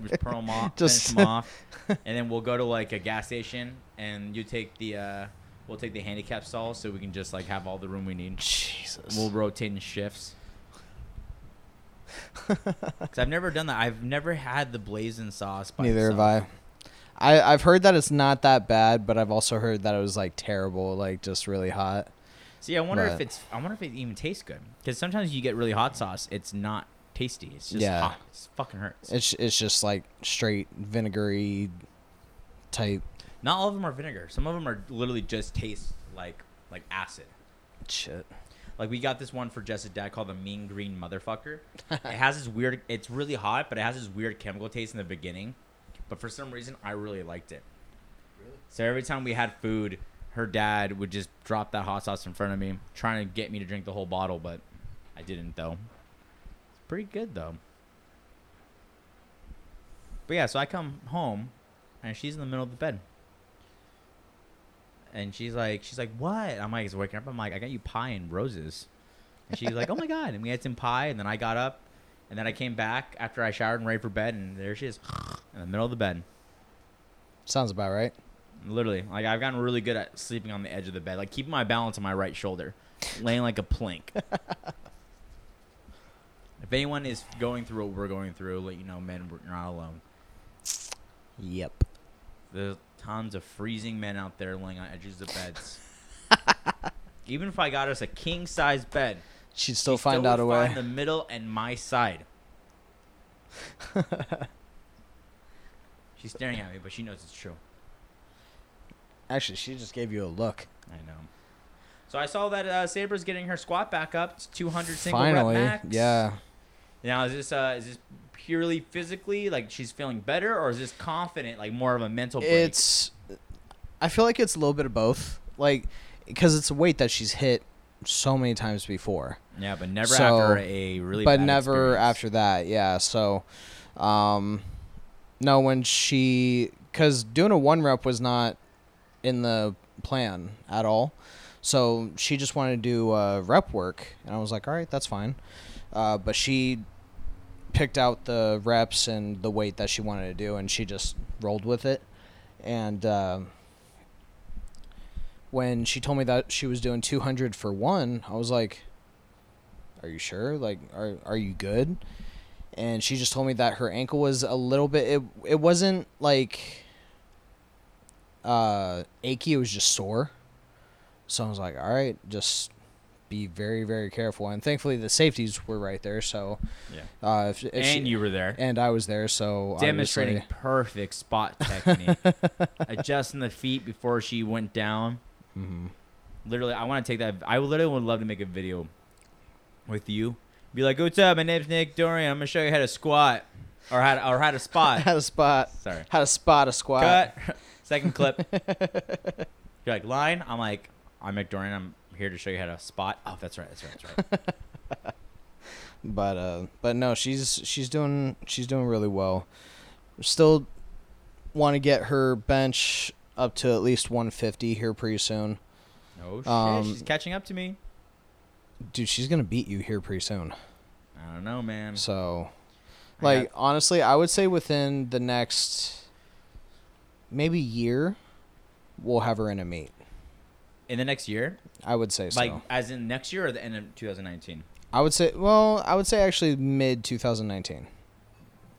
Speaker 1: just pearl them off,
Speaker 2: Just-
Speaker 1: finish them off, and then we'll go to like a gas station, and you take the uh, we'll take the handicap stall so we can just like have all the room we need.
Speaker 2: Jesus.
Speaker 1: We'll rotate in shifts. Cause I've never done that. I've never had the blazing sauce. By
Speaker 2: Neither have
Speaker 1: itself.
Speaker 2: I. I. I've heard that it's not that bad, but I've also heard that it was like terrible, like just really hot.
Speaker 1: See, I wonder if
Speaker 2: Right.
Speaker 1: it's. I wonder if it even tastes good. Because sometimes you get really hot sauce. It's not tasty. It's just
Speaker 2: Yeah.
Speaker 1: hot. It's fucking hurts.
Speaker 2: It's it's just like straight vinegary type.
Speaker 1: not all of them are vinegar. Some of them are literally just taste like like acid.
Speaker 2: Shit.
Speaker 1: Like we got this one for Jess's dad called the Mean Green Motherfucker. it has this weird. It's really hot, but it has this weird chemical taste in the beginning. But for some reason, I really liked it. So every time we had food, her dad would just drop that hot sauce in front of me, trying to get me to drink the whole bottle, but I didn't though. It's pretty good though. But yeah, so I come home, and she's in the middle of the bed. And she's like, she's like, what? I'm like, it's waking up. I'm like, I got you pie and roses. And she's like, oh my god. And we had some pie, and then I got up, and then I came back after I showered and ready for bed, and there she is, in the middle of the bed.
Speaker 2: Sounds about right.
Speaker 1: Literally, like I've gotten really good at sleeping on the edge of the bed, like keeping my balance on my right shoulder, laying like a plank. if anyone is going through what we're going through, let you know, men, we're- you're not alone.
Speaker 2: Yep.
Speaker 1: There's tons of freezing men out there laying on edges of beds. Even if I got us a king size bed,
Speaker 2: She'd still
Speaker 1: we
Speaker 2: find
Speaker 1: still
Speaker 2: out a
Speaker 1: would
Speaker 2: way.
Speaker 1: Find the middle and my side. She's staring at me, but she knows it's true.
Speaker 2: Actually, she just gave you a look.
Speaker 1: I know. So I saw that uh, Saber's getting her squat back up to 200 single
Speaker 2: Finally,
Speaker 1: rep max.
Speaker 2: yeah.
Speaker 1: Now is this uh, is this purely physically like she's feeling better, or is this confident like more of a mental? Break?
Speaker 2: It's. I feel like it's a little bit of both, like, because it's a weight that she's hit so many times before,
Speaker 1: yeah, but never
Speaker 2: so-
Speaker 1: after a really.
Speaker 2: but
Speaker 1: bad
Speaker 2: never
Speaker 1: experience.
Speaker 2: after that. Yeah. So, um, no, when she, because doing a one rep was not in the plan at all, so she just wanted to do uh, rep work, and I was like, all right, that's fine, uh, but she picked out the reps and the weight that she wanted to do, and she just rolled with it. And uh, when she told me that she was doing 200 for one, I was like, "Are you sure? Like, are are you good?" And she just told me that her ankle was a little bit. It it wasn't like uh, achy. It was just sore. So I was like, "All right, just." Be very, very careful, and thankfully the safeties were right there. So,
Speaker 1: Yeah.
Speaker 2: uh, if, if she-
Speaker 1: And you were there.
Speaker 2: and I was there, so
Speaker 1: demonstrating
Speaker 2: obviously-
Speaker 1: perfect spot technique, adjusting the feet before she went
Speaker 2: Mm-hmm.
Speaker 1: down. Literally, I want to take that. I literally would love to make a video with you. Be like, what's up? My name's Nick Dorian. I'm gonna show you how to squat or how to, or how to spot.
Speaker 2: How to spot?
Speaker 1: Sorry.
Speaker 2: How to spot a squat?
Speaker 1: Cut. Second clip. You're like line. I'm like, I'm Nick Dorian. I'm here to show you how to spot. Oh, that's right. That's right. That's right.
Speaker 2: But uh, but no, she's she's doing she's doing really well. Still want to get her bench up to at least 150 here pretty soon.
Speaker 1: No shit.
Speaker 2: Um,
Speaker 1: she's catching up to me.
Speaker 2: Dude, she's gonna beat you here pretty soon.
Speaker 1: I don't know, man. Mm.
Speaker 2: So,
Speaker 1: I
Speaker 2: like honestly, I would say within the next maybe year, we'll have her in a meet.
Speaker 1: in the next year,
Speaker 2: I would say so.
Speaker 1: like as in next year or the end of 2019.
Speaker 2: I would say, well, I would say actually mid 2019.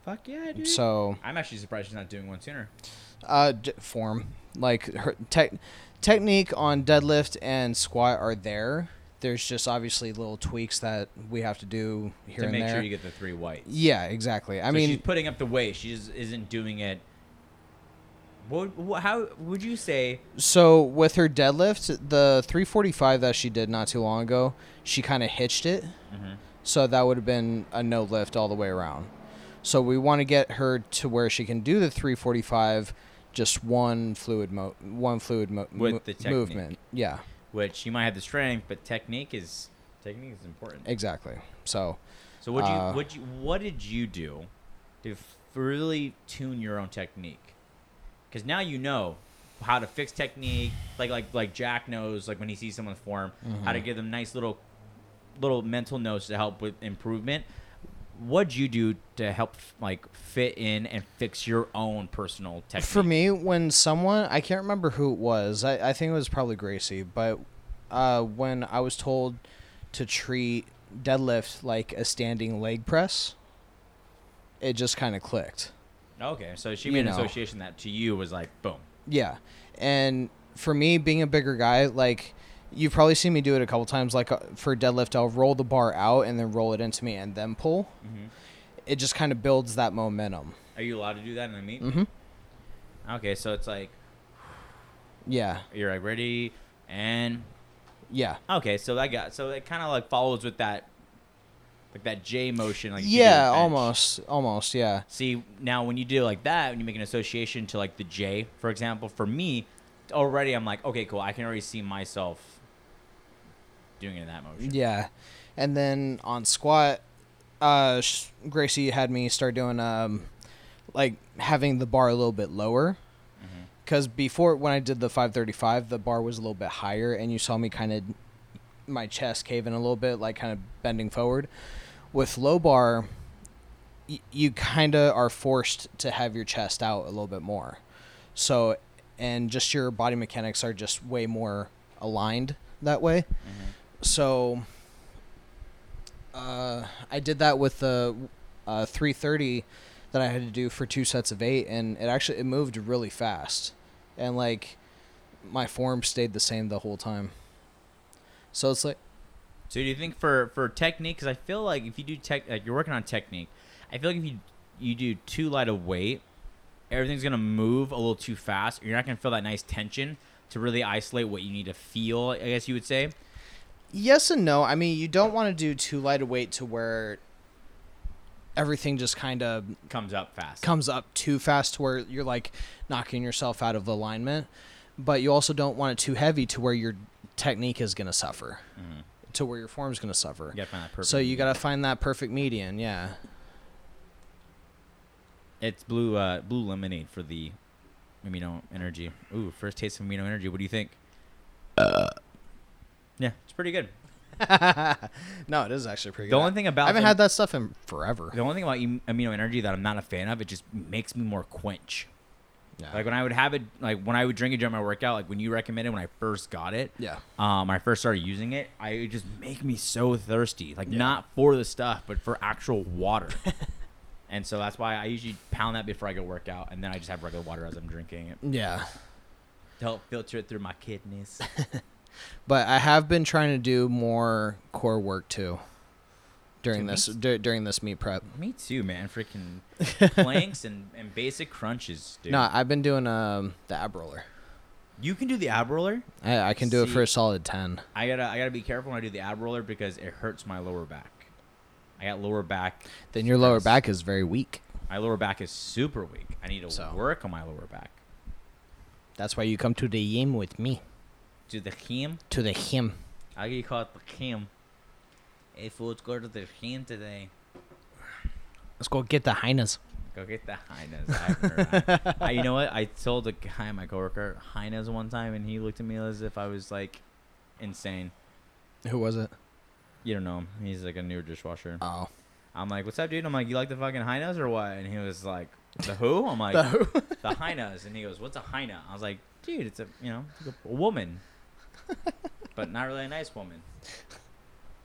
Speaker 1: Fuck yeah, dude.
Speaker 2: So,
Speaker 1: I'm actually surprised she's not doing one sooner.
Speaker 2: uh, d- form like her tech technique on deadlift and squat are there. There's just obviously little tweaks that we have to do here
Speaker 1: to
Speaker 2: and
Speaker 1: make
Speaker 2: there.
Speaker 1: sure you get the three whites.
Speaker 2: yeah, exactly. I
Speaker 1: So
Speaker 2: mean,
Speaker 1: she's putting up the weight. She just isn't doing it. What? wh- How would you say?
Speaker 2: So with her deadlift, the 345 that she did not too long ago, she kind of hitched it.
Speaker 1: Mm-hmm.
Speaker 2: So that would have been a no lift all the way around. So we want to get her to where she can do the 345 just one fluid mo- one fluid mo-
Speaker 1: With
Speaker 2: mo-
Speaker 1: the technique.
Speaker 2: movement. Yeah,
Speaker 1: Which she might have the strength, but technique is technique is important.
Speaker 2: exactly. So
Speaker 1: So what
Speaker 2: uh,
Speaker 1: you what you what did you do to f- really tune your own technique? Because now you know how to fix technique, like like like Jack knows, like when he sees someone's form, how
Speaker 2: Mm-hmm.
Speaker 1: to give them nice little little mental notes to help with improvement. What'd you do to help f- like fit in and fix your own personal technique?
Speaker 2: for me when someone i can't remember who it was i, I think it was probably gracie but uh, when i was told to treat deadlift like a standing leg press it just kind of clicked
Speaker 1: okay, so she
Speaker 2: you
Speaker 1: made an
Speaker 2: know.
Speaker 1: association that to you was like boom.
Speaker 2: yeah and for me being a bigger guy like you've probably seen me do it a couple times like uh, for deadlift i'll roll the bar out and then roll it into me and then pull
Speaker 1: Mm-hmm.
Speaker 2: it just kind of builds that momentum
Speaker 1: Are you allowed to do that in a meet?
Speaker 2: hmm Mm-hmm.
Speaker 1: Okay, so it's like
Speaker 2: yeah
Speaker 1: you're like ready and
Speaker 2: yeah
Speaker 1: Okay, so that got so it kind of like follows with that, like that J motion, like you do
Speaker 2: yeah
Speaker 1: with bench.
Speaker 2: almost almost yeah
Speaker 1: See now when you do like that, when you make an association to like the J, for example, for me, already I'm like, okay, cool, I can already see myself doing it in that motion.
Speaker 2: Yeah, and then on squat, uh, sh- Gracie had me start doing um, like having the bar a little bit lower, because before when I did the five thirty five, the bar was a little bit higher, and you saw me kind of my chest caving a little bit, like kind of bending forward. With low bar, y- you kind of are forced to have your chest out a little bit more, so and just your body mechanics are just way more aligned that way so uh, I did that with the uh, 330 that I had to do for two sets of eight, and it actually it moved really fast, and like my form stayed the same the whole time. So it's like
Speaker 1: So do you think for for technique? Because I feel like if you do tech, like you're working on technique, I feel like if you you do too light of weight, everything's gonna move a little too fast. You're not gonna feel that nice tension to really isolate what you need to feel. I guess you would say.
Speaker 2: yes and no. I mean, you don't want to do too light a weight to where everything just kind of
Speaker 1: comes up fast.
Speaker 2: comes up too fast to where you're like knocking yourself out of alignment but you also don't want it too heavy to where your technique is going to suffer to where your form's going to suffer
Speaker 1: Mm-hmm. you gotta find that perfect.
Speaker 2: so you got to find that perfect median yeah
Speaker 1: It's blue, uh, blue lemonade for the amino energy. Ooh, first taste of amino energy. What do you think?
Speaker 2: Uh,
Speaker 1: yeah, it's pretty good.
Speaker 2: no it is actually pretty
Speaker 1: The
Speaker 2: good
Speaker 1: only thing
Speaker 2: i
Speaker 1: about
Speaker 2: haven't
Speaker 1: am-
Speaker 2: had that stuff in forever
Speaker 1: the only thing about em- amino energy that I'm not a fan of, it just makes me more quench.
Speaker 2: yeah
Speaker 1: Like when I would have it, like when I would drink it during my workout, like when you recommended when I first got it,
Speaker 2: yeah
Speaker 1: um, I first started using it, I it just make me so thirsty. Like
Speaker 2: Yeah.
Speaker 1: not for the stuff, but for actual water. and so that's why I usually pound that before I go work out, and then I just have regular water as I'm drinking it
Speaker 2: yeah
Speaker 1: to help filter it through my kidneys.
Speaker 2: but i have been trying to do more core work too during
Speaker 1: Dude,
Speaker 2: this dur- during this meat prep
Speaker 1: me too, man. Freaking planks and, and basic crunches, dude.
Speaker 2: no i've been doing um the ab roller
Speaker 1: You can do the ab roller.
Speaker 2: I, I can do it
Speaker 1: See-
Speaker 2: for a solid ten.
Speaker 1: I gotta I gotta be careful when I do the ab roller because it hurts my lower back. I got lower back.
Speaker 2: Then your lower
Speaker 1: Yes.
Speaker 2: back is very weak.
Speaker 1: My lower back is super weak. I need to
Speaker 2: So.
Speaker 1: work on my lower back.
Speaker 2: That's why you come to the yim with me.
Speaker 1: Do the him?
Speaker 2: To the him.
Speaker 1: I get called the him. Hey, fools, go to the him today.
Speaker 2: Let's go get the hyenas.
Speaker 1: Go get the hyenas. I haven't heard of- I, you know what? I told a guy, my coworker, hyenas one time, and he looked at me as if I was like insane.
Speaker 2: Who was it?
Speaker 1: You don't know him. He's like a newer dishwasher.
Speaker 2: Oh,
Speaker 1: I'm like, what's up, dude? I'm like, you like the fucking hyenas or what? And he was like, the who? I'm like,
Speaker 2: The who?
Speaker 1: the hyenas. And he goes, what's a hyena? I was like, dude, it's a you know it's a woman, but not really a nice woman.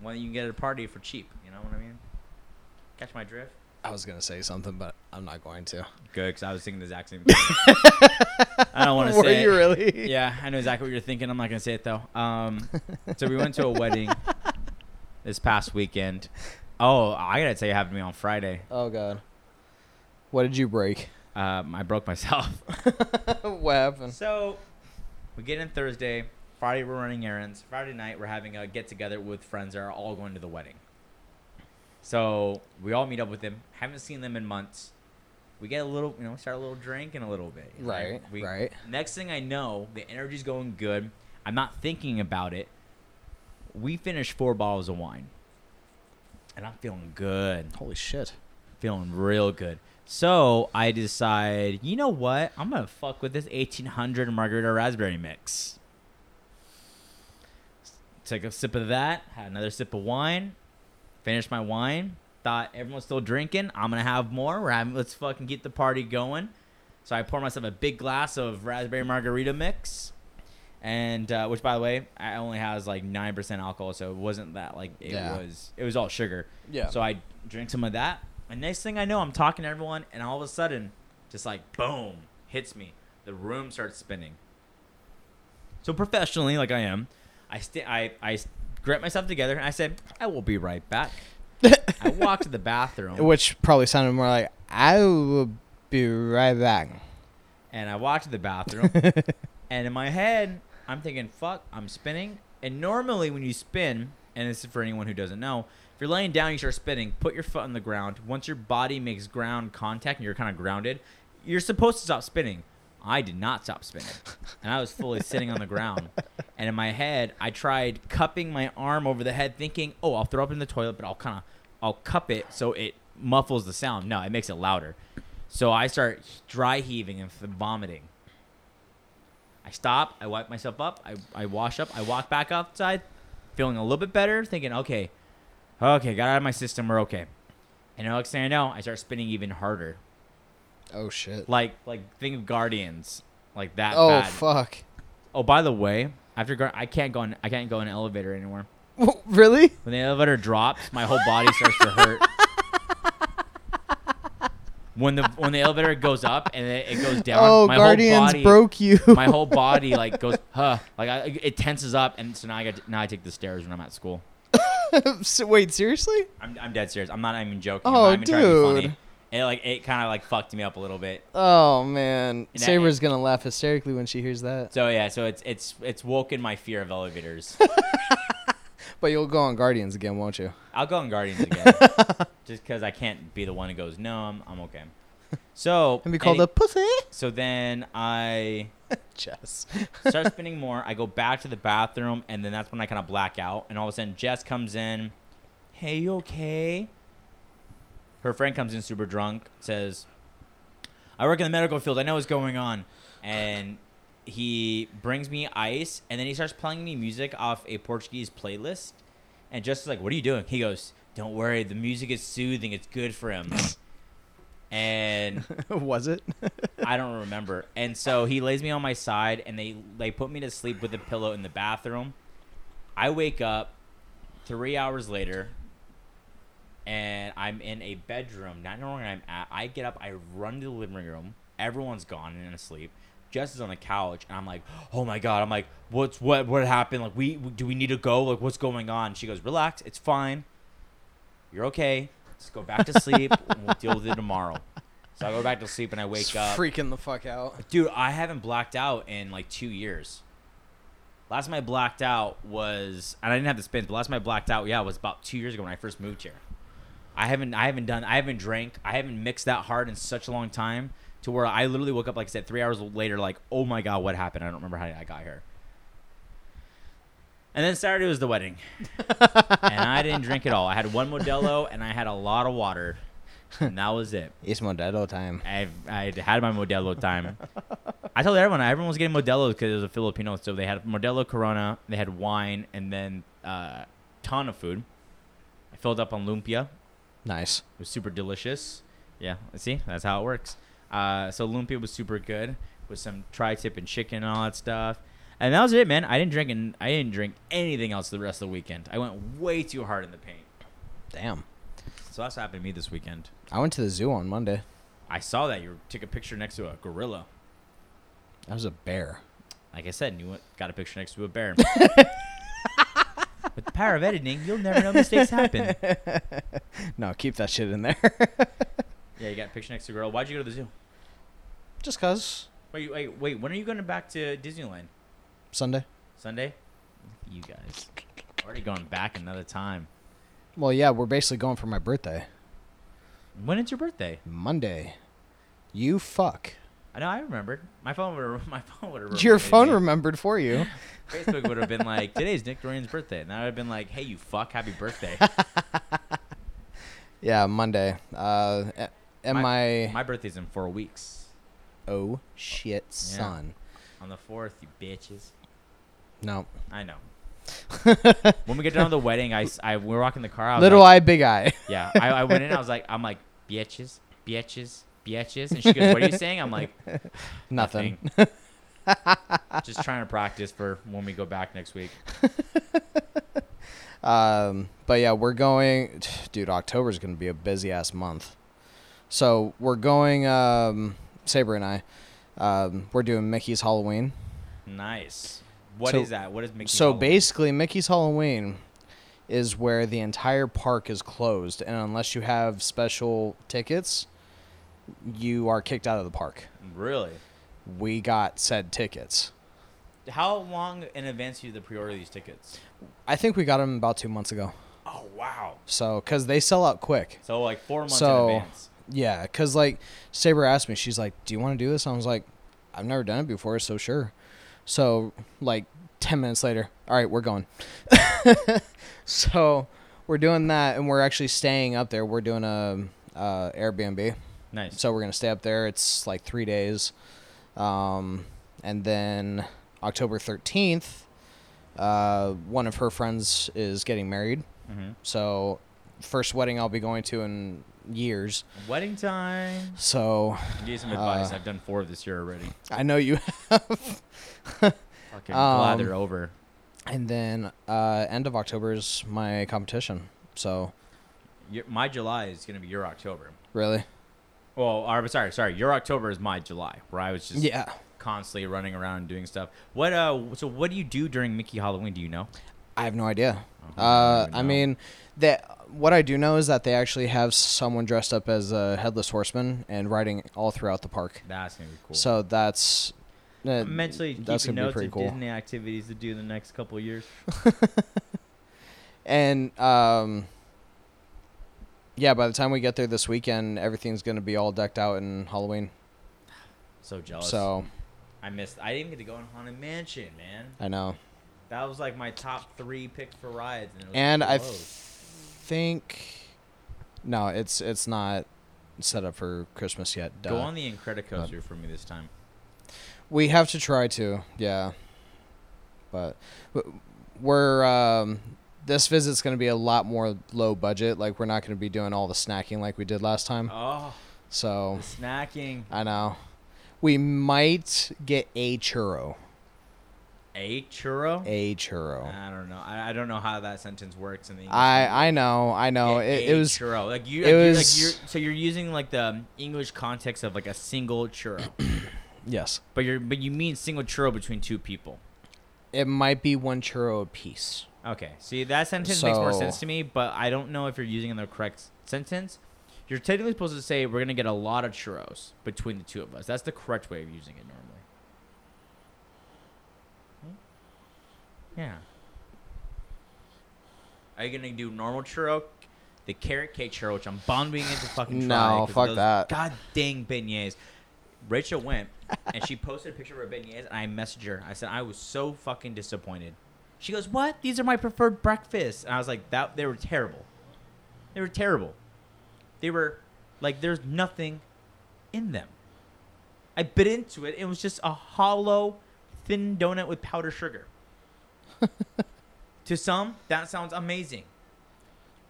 Speaker 1: One that you can get at a party for cheap. You know what I mean? Catch my drift.
Speaker 2: I was gonna say something, but I'm not going to.
Speaker 1: Good, because I was thinking the exact same thing. I don't want to
Speaker 2: Were
Speaker 1: say.
Speaker 2: you
Speaker 1: it.
Speaker 2: really?
Speaker 1: Yeah, I know exactly what you're thinking. I'm not gonna say it though. Um, so we went to a wedding this past weekend. Oh, I gotta tell you, it happened to me on Friday.
Speaker 2: Oh god. What did you break?
Speaker 1: Um, I broke myself.
Speaker 2: what happened?
Speaker 1: So we get in Thursday. Friday we're running errands. Friday night we're having a get together with friends that are all going to the wedding. So we all meet up with them. Haven't seen them in months. We get a little, you know, start a little drink in a little bit.
Speaker 2: Right.
Speaker 1: We-
Speaker 2: right.
Speaker 1: Next thing I know, the energy's going good. I'm not thinking about it. We finished four bottles of wine. And I'm feeling good.
Speaker 2: Holy shit.
Speaker 1: Feeling real good. So I decide, you know what? I'm going to fuck with this 1800 margarita raspberry mix. Took a sip of that, had another sip of wine, finished my wine. Thought everyone's still drinking. I'm gonna have more. We're having, let's fucking get the party going. So I pour myself a big glass of raspberry margarita mix, and uh, which by the way, I only has like nine percent alcohol, so it wasn't that like it
Speaker 2: Yeah.
Speaker 1: was. It was all sugar.
Speaker 2: Yeah.
Speaker 1: So I drink some of that, and next thing I know, I'm talking to everyone, and all of a sudden, just like boom, hits me. The room starts spinning. So professionally, like I am, I st- I I grip myself together, and I said, I will be right back. I walked to the bathroom.
Speaker 2: Which probably sounded more like I will be right back.
Speaker 1: and I walked to the bathroom, and in my head, I'm thinking, "Fuck, I'm spinning." And normally, when you spin, and this is for anyone who doesn't know, if you're laying down, you start spinning. Put your foot on the ground. Once your body makes ground contact and you're kind of grounded, you're supposed to stop spinning. I did not stop spinning, and I was fully sitting on the ground. And in my head, I tried cupping my arm over the head, thinking, "Oh, I'll throw up in the toilet, but I'll kind of, I'll cup it so it muffles the sound." No, it makes it louder. So I start dry heaving and f- vomiting. I stop. I wipe myself up. I, I wash up. I walk back outside, feeling a little bit better, thinking, okay, okay, got out of my system. We're okay. And the next thing I know, I start spinning even harder.
Speaker 2: Oh shit.
Speaker 1: Like like think of Guardians, like that
Speaker 2: Oh
Speaker 1: bad.
Speaker 2: fuck.
Speaker 1: oh, by the way, after Guar- I can't go in, I can't go in an elevator anymore.
Speaker 2: really?
Speaker 1: When the elevator drops, my whole body starts to hurt. When the when the elevator goes up and it, it goes down,
Speaker 2: oh,
Speaker 1: my whole
Speaker 2: Guardians
Speaker 1: body,
Speaker 2: broke you.
Speaker 1: my whole body like goes huh, like I, it tenses up, and so now I got now I take the stairs when I'm at school.
Speaker 2: So- Wait, seriously?
Speaker 1: I'm, I'm dead serious. I'm not even joking.
Speaker 2: Oh,
Speaker 1: I'm not even trying to be
Speaker 2: dude.
Speaker 1: funny. It like it kind of like fucked me up a little bit.
Speaker 2: Oh man,
Speaker 1: And I-
Speaker 2: Saber's gonna laugh hysterically when she hears that.
Speaker 1: So yeah, so it's it's it's woken my fear of elevators.
Speaker 2: But you'll go on Guardians again, won't you?
Speaker 1: I'll go on Guardians again, just because I can't be the one who goes no, I'm, I'm okay. So
Speaker 2: And be called
Speaker 1: any-
Speaker 2: a pussy.
Speaker 1: So then I
Speaker 2: Jess.
Speaker 1: start spinning more. I go back to the bathroom, and then that's when I kind of black out. And all of a sudden, Jess comes in. Hey, you okay? Her friend comes in super drunk. Says, "I work in the medical field. I know what's going on." And he brings me ice, and then he starts playing me music off a Portuguese playlist. And Jess is like, "What are you doing?" He goes, "Don't worry. The music is soothing. It's good for him." and
Speaker 2: Was it?
Speaker 1: I don't remember. And so he lays me on my side, and they they put me to sleep with a pillow in the bathroom. I wake up three hours later, and I'm in a bedroom, not knowing where I'm at. I get up, I run to the living room. Everyone's gone and asleep. Jess is on the couch, and I'm like, "Oh my god!" I'm like, "What's what? What happened? Like, we do we need to go? Like, what's going on?" She goes, "Relax, it's fine. You're okay. Just go back to sleep. and we'll deal with it tomorrow." So I go back to sleep and I wake
Speaker 2: It's
Speaker 1: up.
Speaker 2: freaking the fuck out.
Speaker 1: Dude, I haven't blacked out in like two years. Last time I blacked out was, and I didn't have the spins, but last time I blacked out, yeah, was about two years ago when I first moved here. I haven't, I haven't done, I haven't drank, I haven't mixed that hard in such a long time to where I literally woke up, like I said, three hours later, like, oh my god, what happened? I don't remember how I got here. And then Saturday was the wedding, and I didn't drink at all. I had one Modelo and I had a lot of water, and that was it.
Speaker 2: It's Modelo time.
Speaker 1: I've I had my Modelo time. I told everyone everyone was getting Modelo because it was a Filipino, so they had Modelo Corona, they had wine, and then uh, ton of food. I filled up on lumpia.
Speaker 2: Nice.
Speaker 1: It was super delicious. Yeah, see, that's how it works. Uh, so lumpia was super good with some tri-tip and chicken and all that stuff. And that was it, man. I didn't drink and I didn't drink anything else the rest of the weekend. I went way too hard in the paint.
Speaker 2: Damn.
Speaker 1: So that's what happened to me this weekend.
Speaker 2: I went to the zoo on Monday.
Speaker 1: I saw that you took a picture next to a gorilla.
Speaker 2: That was a bear.
Speaker 1: like I said, and you went, got a picture next to a bear. With the power of editing, you'll never know mistakes happen.
Speaker 2: No, keep that shit in there.
Speaker 1: Yeah, you got a picture next to a girl. Why'd you go to the zoo?
Speaker 2: Just cause
Speaker 1: Wait, wait, wait. When are you going back to Disneyland?
Speaker 2: Sunday.
Speaker 1: Sunday? You guys. Already going back another time.
Speaker 2: Well, yeah, we're basically going for my birthday.
Speaker 1: When is your birthday?
Speaker 2: Monday. You fuck.
Speaker 1: I know, I remembered. My phone would have. My phone would have.
Speaker 2: Your phone remembered for you.
Speaker 1: Facebook would have been like, "Today's Nick Dorian's birthday," and I would have been like, "Hey, you fuck, happy birthday!"
Speaker 2: Yeah, Monday. Uh, a- and my,
Speaker 1: My birthday's in four weeks.
Speaker 2: oh shit son.
Speaker 1: On the fourth, you bitches.
Speaker 2: No,
Speaker 1: I know. when we get down to the wedding, I, s- I- we were walking the car. I was
Speaker 2: little
Speaker 1: like,
Speaker 2: eye, big eye.
Speaker 1: yeah. I, I went in. I was like, I'm like, bitches, bitches, bitches, and she goes, "What are you saying?" I'm like,
Speaker 2: Nothing.
Speaker 1: nothing. Just trying to practice for when we go back next week.
Speaker 2: Um, but yeah, we're going, dude. October's gonna be a busy ass month. So we're going. Um, Saber and I, um, we're doing Mickey's Halloween.
Speaker 1: Nice. What is
Speaker 2: So-
Speaker 1: that? What is Mickey?
Speaker 2: so
Speaker 1: Halloween?
Speaker 2: basically, Mickey's Halloween is where the entire park is closed, and unless you have special tickets, you are kicked out of the park.
Speaker 1: really.
Speaker 2: We got said tickets.
Speaker 1: How long in advance do you pre-order these tickets?
Speaker 2: I think we got them about two months ago.
Speaker 1: Oh wow!
Speaker 2: So, cause they sell out quick.
Speaker 1: So like four months
Speaker 2: So-
Speaker 1: in advance.
Speaker 2: Yeah, cause like Saber asked me, she's like, "Do you want to do this?" I was like, "I've never done it before, so sure." So like ten minutes later, all right, we're going. so we're doing that, and we're actually staying up there. We're doing a, uh Airbnb,
Speaker 1: Nice.
Speaker 2: so we're gonna stay up there. It's like three days, um, and then October thirteenth, uh, one of her friends is getting married.
Speaker 1: hmm
Speaker 2: So first wedding I'll be going to in years.
Speaker 1: Wedding time.
Speaker 2: So
Speaker 1: Give you some advice.
Speaker 2: Uh,
Speaker 1: I've done four this year already.
Speaker 2: I know you.
Speaker 1: Fucking glad
Speaker 2: um,
Speaker 1: they're over.
Speaker 2: And then uh, end of October is my competition. So
Speaker 1: Your, my July is going to be your October.
Speaker 2: really,
Speaker 1: Well, or, sorry, sorry. Your October is my July, where I was just
Speaker 2: yeah.
Speaker 1: constantly running around and doing stuff. What uh? So what do you do during Mickey Halloween? Do you know?
Speaker 2: I have no idea.
Speaker 1: Oh,
Speaker 2: Uh,
Speaker 1: don't even
Speaker 2: I
Speaker 1: know.
Speaker 2: mean, that what I do know is that they actually have someone dressed up as a headless horseman and riding all throughout the park.
Speaker 1: that's gonna be cool.
Speaker 2: So that's uh,
Speaker 1: I'm mentally
Speaker 2: that's
Speaker 1: keeping
Speaker 2: gonna be
Speaker 1: notes
Speaker 2: pretty
Speaker 1: of
Speaker 2: cool.
Speaker 1: Disney activities to do the next couple of years.
Speaker 2: And um, yeah, by the time we get there this weekend, everything's gonna be all decked out in Halloween.
Speaker 1: So jealous.
Speaker 2: So
Speaker 1: I missed. I didn't get to go on Haunted Mansion, man.
Speaker 2: I know.
Speaker 1: That was like my top three picks for rides, and, it was
Speaker 2: and I
Speaker 1: close.
Speaker 2: think no, it's it's not set up for Christmas yet.
Speaker 1: go
Speaker 2: duh.
Speaker 1: on the Incredicoaster for me this time.
Speaker 2: We have to try to, yeah. But w- we're um, this visit's going to be a lot more low budget. Like we're not going to be doing all the snacking like we did last time.
Speaker 1: Oh, the
Speaker 2: So
Speaker 1: snacking.
Speaker 2: I know we might get a churro,
Speaker 1: A churro.
Speaker 2: a churro.
Speaker 1: I don't know. I, I don't know how that sentence works in the English. language.
Speaker 2: I I know, I know.
Speaker 1: Yeah,
Speaker 2: It,
Speaker 1: a
Speaker 2: it was
Speaker 1: churro. Like you,
Speaker 2: it
Speaker 1: like, you're, like
Speaker 2: was-
Speaker 1: you're, so you're using like the um, English context of like a single churro,
Speaker 2: yes.
Speaker 1: but you're but you mean single churro between two people.
Speaker 2: It might be one churro a piece.
Speaker 1: Okay, see that sentence makes more
Speaker 2: So-
Speaker 1: sense to me, but I don't know if you're using the correct s- sentence. You're technically supposed to say we're gonna get a lot of churros between the two of us. That's the correct way of using it normally. Yeah. Are you gonna do normal churro, the carrot cake churro, which I'm bombing into fucking try?
Speaker 2: No,
Speaker 1: 'cause of
Speaker 2: fuck
Speaker 1: those
Speaker 2: that.
Speaker 1: God dang beignets. Rachel went and she posted a picture of her beignets, and I messaged her. I said I was so fucking disappointed. She goes, "What? These are my preferred breakfast." And I was like, "That they were terrible. They were terrible. They were like there's nothing in them." I bit into it. It was just a hollow, thin donut with powdered sugar. to some, that sounds amazing.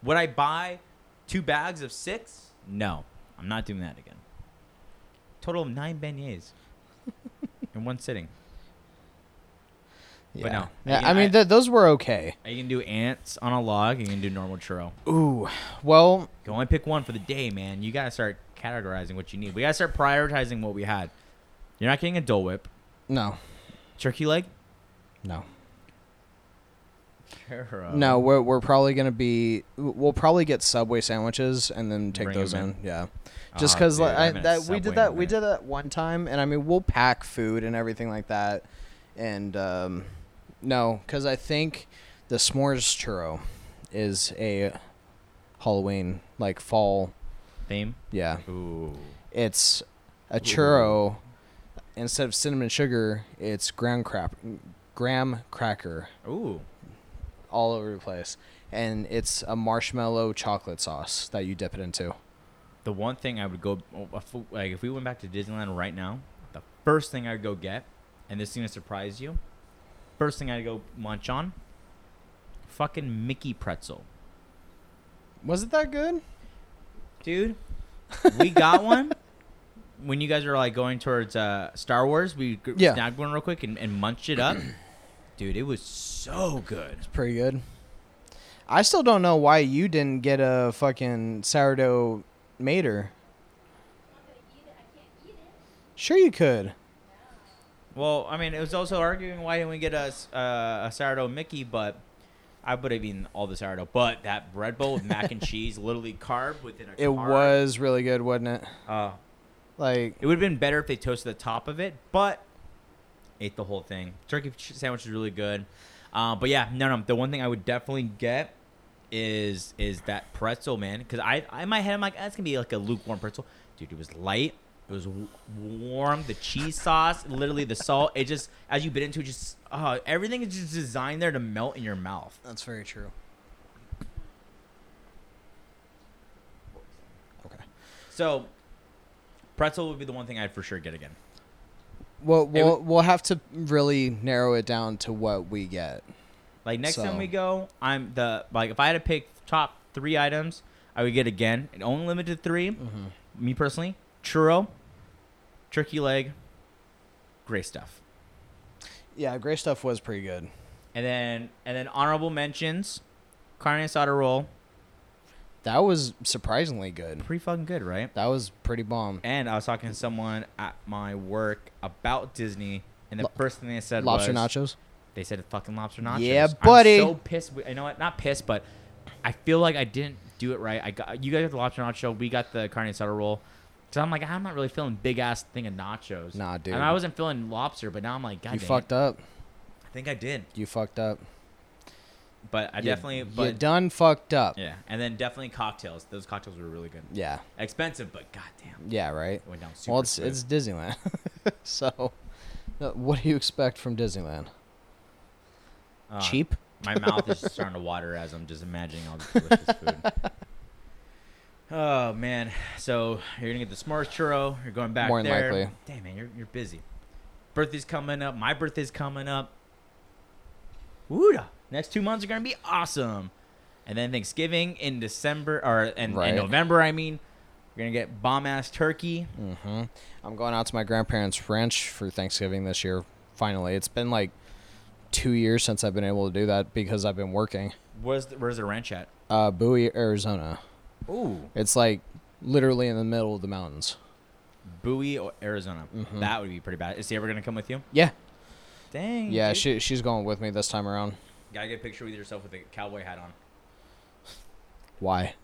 Speaker 1: Would I buy two bags of six? No, I'm not doing that again. Total of nine beignets in one sitting.
Speaker 2: Yeah.
Speaker 1: But no.
Speaker 2: Yeah,
Speaker 1: I-
Speaker 2: I,
Speaker 1: I-
Speaker 2: mean, th- those were okay.
Speaker 1: You can do ants on a log. You can do normal churro.
Speaker 2: Ooh. Well,
Speaker 1: You can only pick one for the day, man. You gotta start categorizing what you need. We gotta start prioritizing what we had. You're not getting a Dole Whip,
Speaker 2: no.
Speaker 1: turkey leg,
Speaker 2: No.
Speaker 1: churro.
Speaker 2: No, we're, we're probably going to be. We'll probably get Subway sandwiches and then take
Speaker 1: Bring
Speaker 2: those
Speaker 1: 'em
Speaker 2: in.
Speaker 1: in.
Speaker 2: Yeah. Just
Speaker 1: Oh,
Speaker 2: because
Speaker 1: dude,
Speaker 2: like,
Speaker 1: I
Speaker 2: I-
Speaker 1: haven't
Speaker 2: that
Speaker 1: had
Speaker 2: we
Speaker 1: Subway
Speaker 2: did
Speaker 1: in a
Speaker 2: that we
Speaker 1: minute.
Speaker 2: did that one time, and I mean we'll pack food and everything like that, and um, no, because I think the s'mores churro is a Halloween like fall.
Speaker 1: Theme.
Speaker 2: Yeah,
Speaker 1: Ooh.
Speaker 2: it's a churro instead of cinnamon sugar. It's graham crap, graham cracker
Speaker 1: Ooh.
Speaker 2: all over the place, and it's a marshmallow chocolate sauce that you dip it into.
Speaker 1: The one thing I would go oh, if- like if we went back to Disneyland right now, the first thing I'd go get, and this is gonna surprise you, first thing I'd go munch on, fucking Mickey pretzel,
Speaker 2: Was it that good?
Speaker 1: dude. We got one. When you guys were like going towards uh, Star Wars, we g-
Speaker 2: Yeah.
Speaker 1: snagged one real quick and, and munched it up, dude. It was so good.
Speaker 2: pretty good. I still don't know why you didn't get a fucking sourdough mater. Sure, you could.
Speaker 1: Well, I mean, it was also arguing why didn't we get a, s- uh, a sourdough Mickey, but I would have eaten all the sourdough. But that bread bowl with mac and cheese, literally carb within a
Speaker 2: It
Speaker 1: carb.
Speaker 2: was really good, wasn't it?
Speaker 1: Uh,
Speaker 2: Like,
Speaker 1: it would have been better if they toasted the top of it, but ate the whole thing. Turkey ch- sandwich is really good. Uh, but yeah, no, no. The one thing I would definitely get is is that pretzel, man. Because I, I in my head I'm like, that's gonna be like a lukewarm pretzel, dude. It was light. It was w- warm. The cheese sauce, literally the salt. It just as you bit into it, just uh, everything is just designed there to melt in your mouth.
Speaker 2: that's very true. Okay.
Speaker 1: So pretzel would be the one thing I'd for sure get again.
Speaker 2: Well, we'll we'll have to really narrow it down to what we get.
Speaker 1: Like next
Speaker 2: So-
Speaker 1: time we go, I'm the like if I had to pick top three items, I would get again an only limited to 3
Speaker 2: Mm-hmm.
Speaker 1: Me personally, churro, turkey leg, gray stuff,
Speaker 2: Yeah, gray stuff was pretty good.
Speaker 1: and then and then honorable mentions, carne asada roll,
Speaker 2: That was surprisingly good.
Speaker 1: pretty fucking good, right?
Speaker 2: That was pretty bomb.
Speaker 1: And I was talking to someone at my work about Disney, and the
Speaker 2: Lo-
Speaker 1: first thing they said
Speaker 2: Lobster
Speaker 1: was,
Speaker 2: nachos.
Speaker 1: They said fucking lobster nachos.
Speaker 2: Yeah, buddy.
Speaker 1: I'm so pissed. We- You know what? Not pissed, but I feel like I didn't do it right. I got you guys got the lobster nacho. We got the carne asada roll. So I'm like, I'm not really feeling big ass thing of nachos.
Speaker 2: Nah, dude.
Speaker 1: And I wasn't feeling lobster, but now I'm like, God
Speaker 2: you
Speaker 1: dang
Speaker 2: fucked up.
Speaker 1: It. I think I did,
Speaker 2: You fucked up.
Speaker 1: but I
Speaker 2: You-
Speaker 1: definitely.
Speaker 2: you
Speaker 1: But
Speaker 2: done fucked up.
Speaker 1: yeah, and then definitely cocktails. Those cocktails were really good.
Speaker 2: Yeah.
Speaker 1: Expensive, but goddamn,
Speaker 2: Yeah, right.
Speaker 1: it went down super.
Speaker 2: Well, it's
Speaker 1: smooth.
Speaker 2: it's Disneyland, so uh, what do you expect from Disneyland?
Speaker 1: Uh,
Speaker 2: Cheap?
Speaker 1: My mouth is just starting to water as I'm just imagining all this delicious food. Oh man! So you're gonna get the s'mores churro. You're going back
Speaker 2: More than
Speaker 1: there.
Speaker 2: likely.
Speaker 1: Damn man, you're you're busy. Birthday's coming up. My birthday's coming up. Wooda! Next two months are gonna be awesome, and then Thanksgiving in December or in,
Speaker 2: Right.
Speaker 1: in November. I mean, you're gonna get bomb ass turkey.
Speaker 2: hmm I'm going out to my grandparents' ranch for Thanksgiving this year. Finally, it's been like two years since I've been able to do that because I've been working.
Speaker 1: Where's the, where's the ranch at?
Speaker 2: Uh, Bowie, Arizona.
Speaker 1: Ooh,
Speaker 2: It's like literally in the middle of the mountains.
Speaker 1: Bowie, or Arizona.
Speaker 2: Mm-hmm.
Speaker 1: That would be pretty bad. Is he ever gonna come with you?
Speaker 2: Yeah,
Speaker 1: Dang.
Speaker 2: yeah.
Speaker 1: dude.
Speaker 2: She she's going with me this time around.
Speaker 1: Gotta get a picture with yourself with a cowboy hat on.
Speaker 2: Why?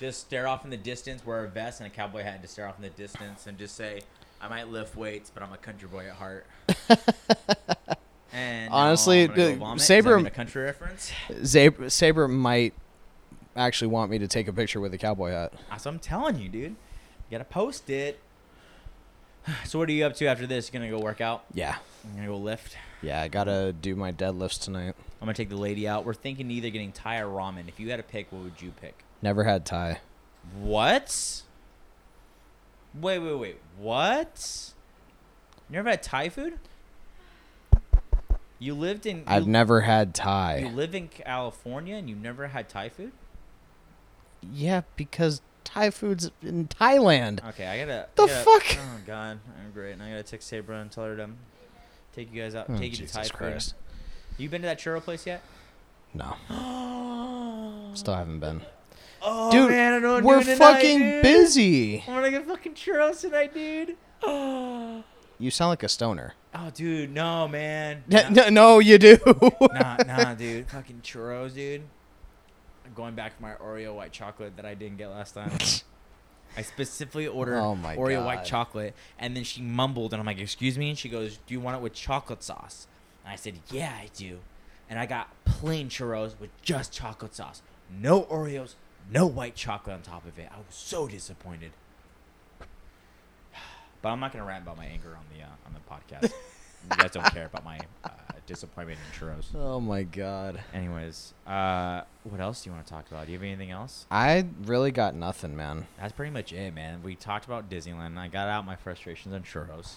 Speaker 1: just stare off in the distance, wear a vest and a cowboy hat, and just stare off in the distance, and just say, "I might lift weights, but I'm a country boy at heart." and now
Speaker 2: Honestly,
Speaker 1: I'm gonna go
Speaker 2: dude,
Speaker 1: vomit. Is
Speaker 2: Saber-
Speaker 1: that even a country reference.
Speaker 2: Zab- Saber might actually want me to take a picture with a cowboy hat.
Speaker 1: That's what I'm telling you, dude. You gotta post it. So what are you up to after this? You gonna go work out?
Speaker 2: Yeah.
Speaker 1: You gonna go lift?
Speaker 2: Yeah, I gotta do my deadlifts tonight.
Speaker 1: I'm gonna take the lady out. We're thinking either getting Thai or ramen. If you had to pick, what would you pick?
Speaker 2: Never had Thai.
Speaker 1: What? Wait, wait, wait. What? You never had Thai food? You lived in
Speaker 2: I've
Speaker 1: you,
Speaker 2: never had
Speaker 1: you
Speaker 2: Thai.
Speaker 1: live in California and you never had Thai food?
Speaker 2: Yeah, because Thai food's in Thailand.
Speaker 1: Okay, I gotta. I
Speaker 2: The
Speaker 1: gotta-
Speaker 2: fuck?
Speaker 1: Oh god, I'm great. Now I gotta text Sabra and tell her to um, take you guys out.
Speaker 2: Oh,
Speaker 1: take you to Thai
Speaker 2: Jesus
Speaker 1: food.
Speaker 2: Christ.
Speaker 1: You been to that churro place yet?
Speaker 2: No,
Speaker 1: oh
Speaker 2: still haven't been. Dude,
Speaker 1: dude, Oh, man, I know what I'm
Speaker 2: We're
Speaker 1: doing tonight,
Speaker 2: fucking
Speaker 1: dude.
Speaker 2: busy.
Speaker 1: I'm gonna get fucking churros tonight, dude. Oh,
Speaker 2: You sound like a stoner.
Speaker 1: oh, dude, no, man. Nah,
Speaker 2: No, no, you do.
Speaker 1: nah, nah, dude. Fucking churros, dude. I'm going back to my Oreo white chocolate that I didn't get last time. I specifically ordered
Speaker 2: Oh my
Speaker 1: Oreo white
Speaker 2: God.
Speaker 1: chocolate, and then she mumbled, and I'm like, "Excuse me," and she goes, "Do you want it with chocolate sauce?" And I said, "Yeah, I do." And I got plain churros with just chocolate sauce, no Oreos, no white chocolate on top of it. I was so disappointed. But I'm not gonna rant about my anger on the uh, on the podcast. you guys don't care about my uh, disappointment in churros.
Speaker 2: oh my god.
Speaker 1: Anyways, uh, what else do you want to talk about? Do you have anything else?
Speaker 2: I really got nothing, man.
Speaker 1: That's pretty much it, man. We talked about Disneyland. and I got out my frustrations on churros.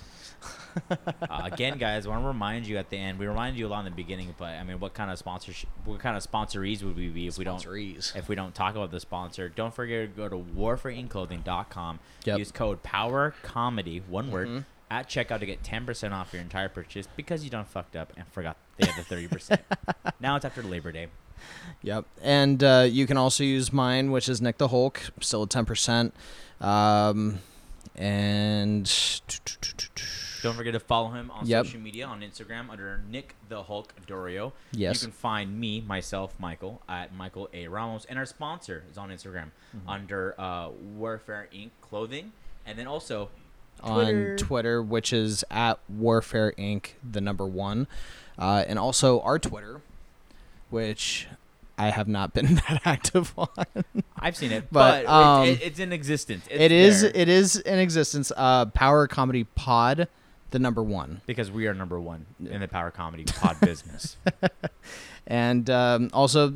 Speaker 1: uh, again, guys, I want to remind you at the end. We reminded you a lot in the beginning, but I mean, what kind of sponsorship? What kind of sponsorees would we be if we don't
Speaker 2: Sponsorees.
Speaker 1: if we don't talk about the sponsor? Don't forget to go to warforainclothing.com.
Speaker 2: Yep.
Speaker 1: Use code Power Comedy one word
Speaker 2: Mhm.
Speaker 1: at checkout to get ten percent off your entire purchase because you done fucked up and forgot they had the thirty percent. now it's after Labor Day.
Speaker 2: Yep. And uh, you can also use mine, which is Nick the Hulk, still at ten percent. Um, and
Speaker 1: Don't forget to follow him on
Speaker 2: Yep.
Speaker 1: social media on Instagram under Nick the Hulk Dorio.
Speaker 2: Yes.
Speaker 1: You can find me, myself, Michael, at Michael A. Ramos. And our sponsor is on Instagram
Speaker 2: Mm-hmm.
Speaker 1: under uh, Warfare Inc. Clothing. And then also Twitter.
Speaker 2: on Twitter, which is at Warfare Inc. the number one, uh, and also our Twitter, which I have not been that active on.
Speaker 1: I've seen it,
Speaker 2: But,
Speaker 1: but,
Speaker 2: um,
Speaker 1: it, it- it's in existence. It's
Speaker 2: it is
Speaker 1: there
Speaker 2: it is in existence. Uh, Power Comedy Pod, the number one,
Speaker 1: because we are number one in the power comedy pod business.
Speaker 2: and um, also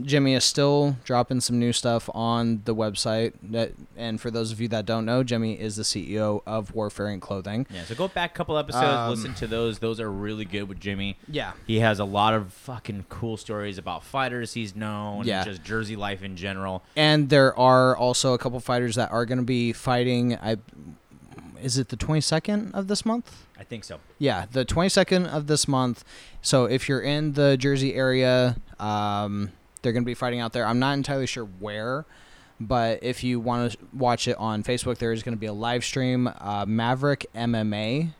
Speaker 2: Jimmy is still dropping some new stuff on the website. That, and for those of you that don't know, Jimmy is the CEO of Warfare Inc. Clothing.
Speaker 1: Yeah, so go back a couple episodes,
Speaker 2: Um,
Speaker 1: listen to those. Those are really good with Jimmy.
Speaker 2: Yeah.
Speaker 1: He has a lot of fucking cool stories about fighters he's known,
Speaker 2: Yeah.
Speaker 1: and just Jersey life in general.
Speaker 2: and there are also a couple fighters that are going to be fighting i is it the 22nd of this month
Speaker 1: I think so.
Speaker 2: yeah the 22nd of this month so if you're in the jersey area um, they're going to be fighting out there i'm not entirely sure where but if you want to watch it on facebook there is going to be a live stream uh, maverick mma is,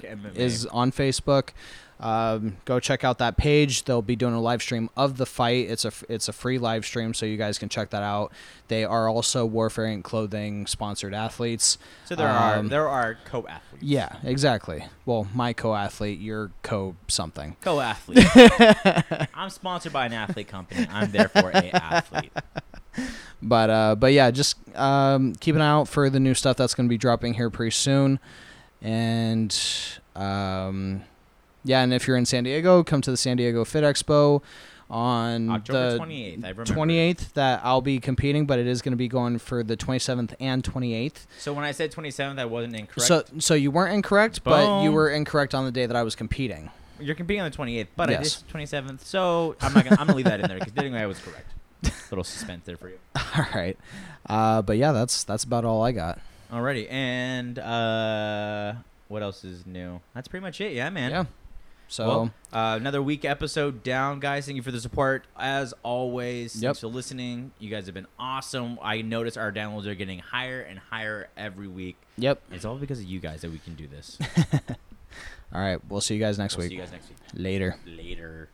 Speaker 1: Maverick MMA.
Speaker 2: is on facebook um, go check out that page. They'll be doing a live stream of the fight. It's a it's a free live stream, so you guys can check that out. They are also Warfare and Clothing sponsored athletes.
Speaker 1: So there are
Speaker 2: Um,
Speaker 1: there are co athletes.
Speaker 2: Yeah, exactly. Well, my co-athlete, your co something.
Speaker 1: Co athlete. I'm sponsored by an athlete company. I'm therefore a athlete.
Speaker 2: But uh, but yeah, just um, keep an eye out for the new stuff that's going to be dropping here pretty soon. And um, yeah, and if you're in San Diego, come to the San Diego Fit Expo on
Speaker 1: October
Speaker 2: Mm, the
Speaker 1: twenty eighth. I remember.
Speaker 2: 28th that I'll be competing, but it is going to be going for the 27th and 28th.
Speaker 1: So when I said twenty seventh, I wasn't incorrect.
Speaker 2: So so you weren't incorrect, but you
Speaker 1: Boom.
Speaker 2: were incorrect on the day that I was competing.
Speaker 1: You're competing on the twenty eighth, but I
Speaker 2: Yes.
Speaker 1: just twenty seventh. So I'm not gonna, I'm gonna leave that in there because anyway I was correct. Little suspense there for you.
Speaker 2: All right. Uh, but yeah, that's that's about all I got.
Speaker 1: Alrighty, and uh, what else is new? That's pretty much it. Yeah, man.
Speaker 2: Yeah. So
Speaker 1: Well, uh, another week episode down, guys. Thank you for the support as always.
Speaker 2: Yep.
Speaker 1: Thanks for listening. You guys have been awesome. I notice our downloads are getting higher and higher every week.
Speaker 2: yep.
Speaker 1: It's all because of you guys that we can do this.
Speaker 2: All right. We'll see you guys next
Speaker 1: we'll
Speaker 2: week.
Speaker 1: see you guys next week.
Speaker 2: Later.
Speaker 1: Later.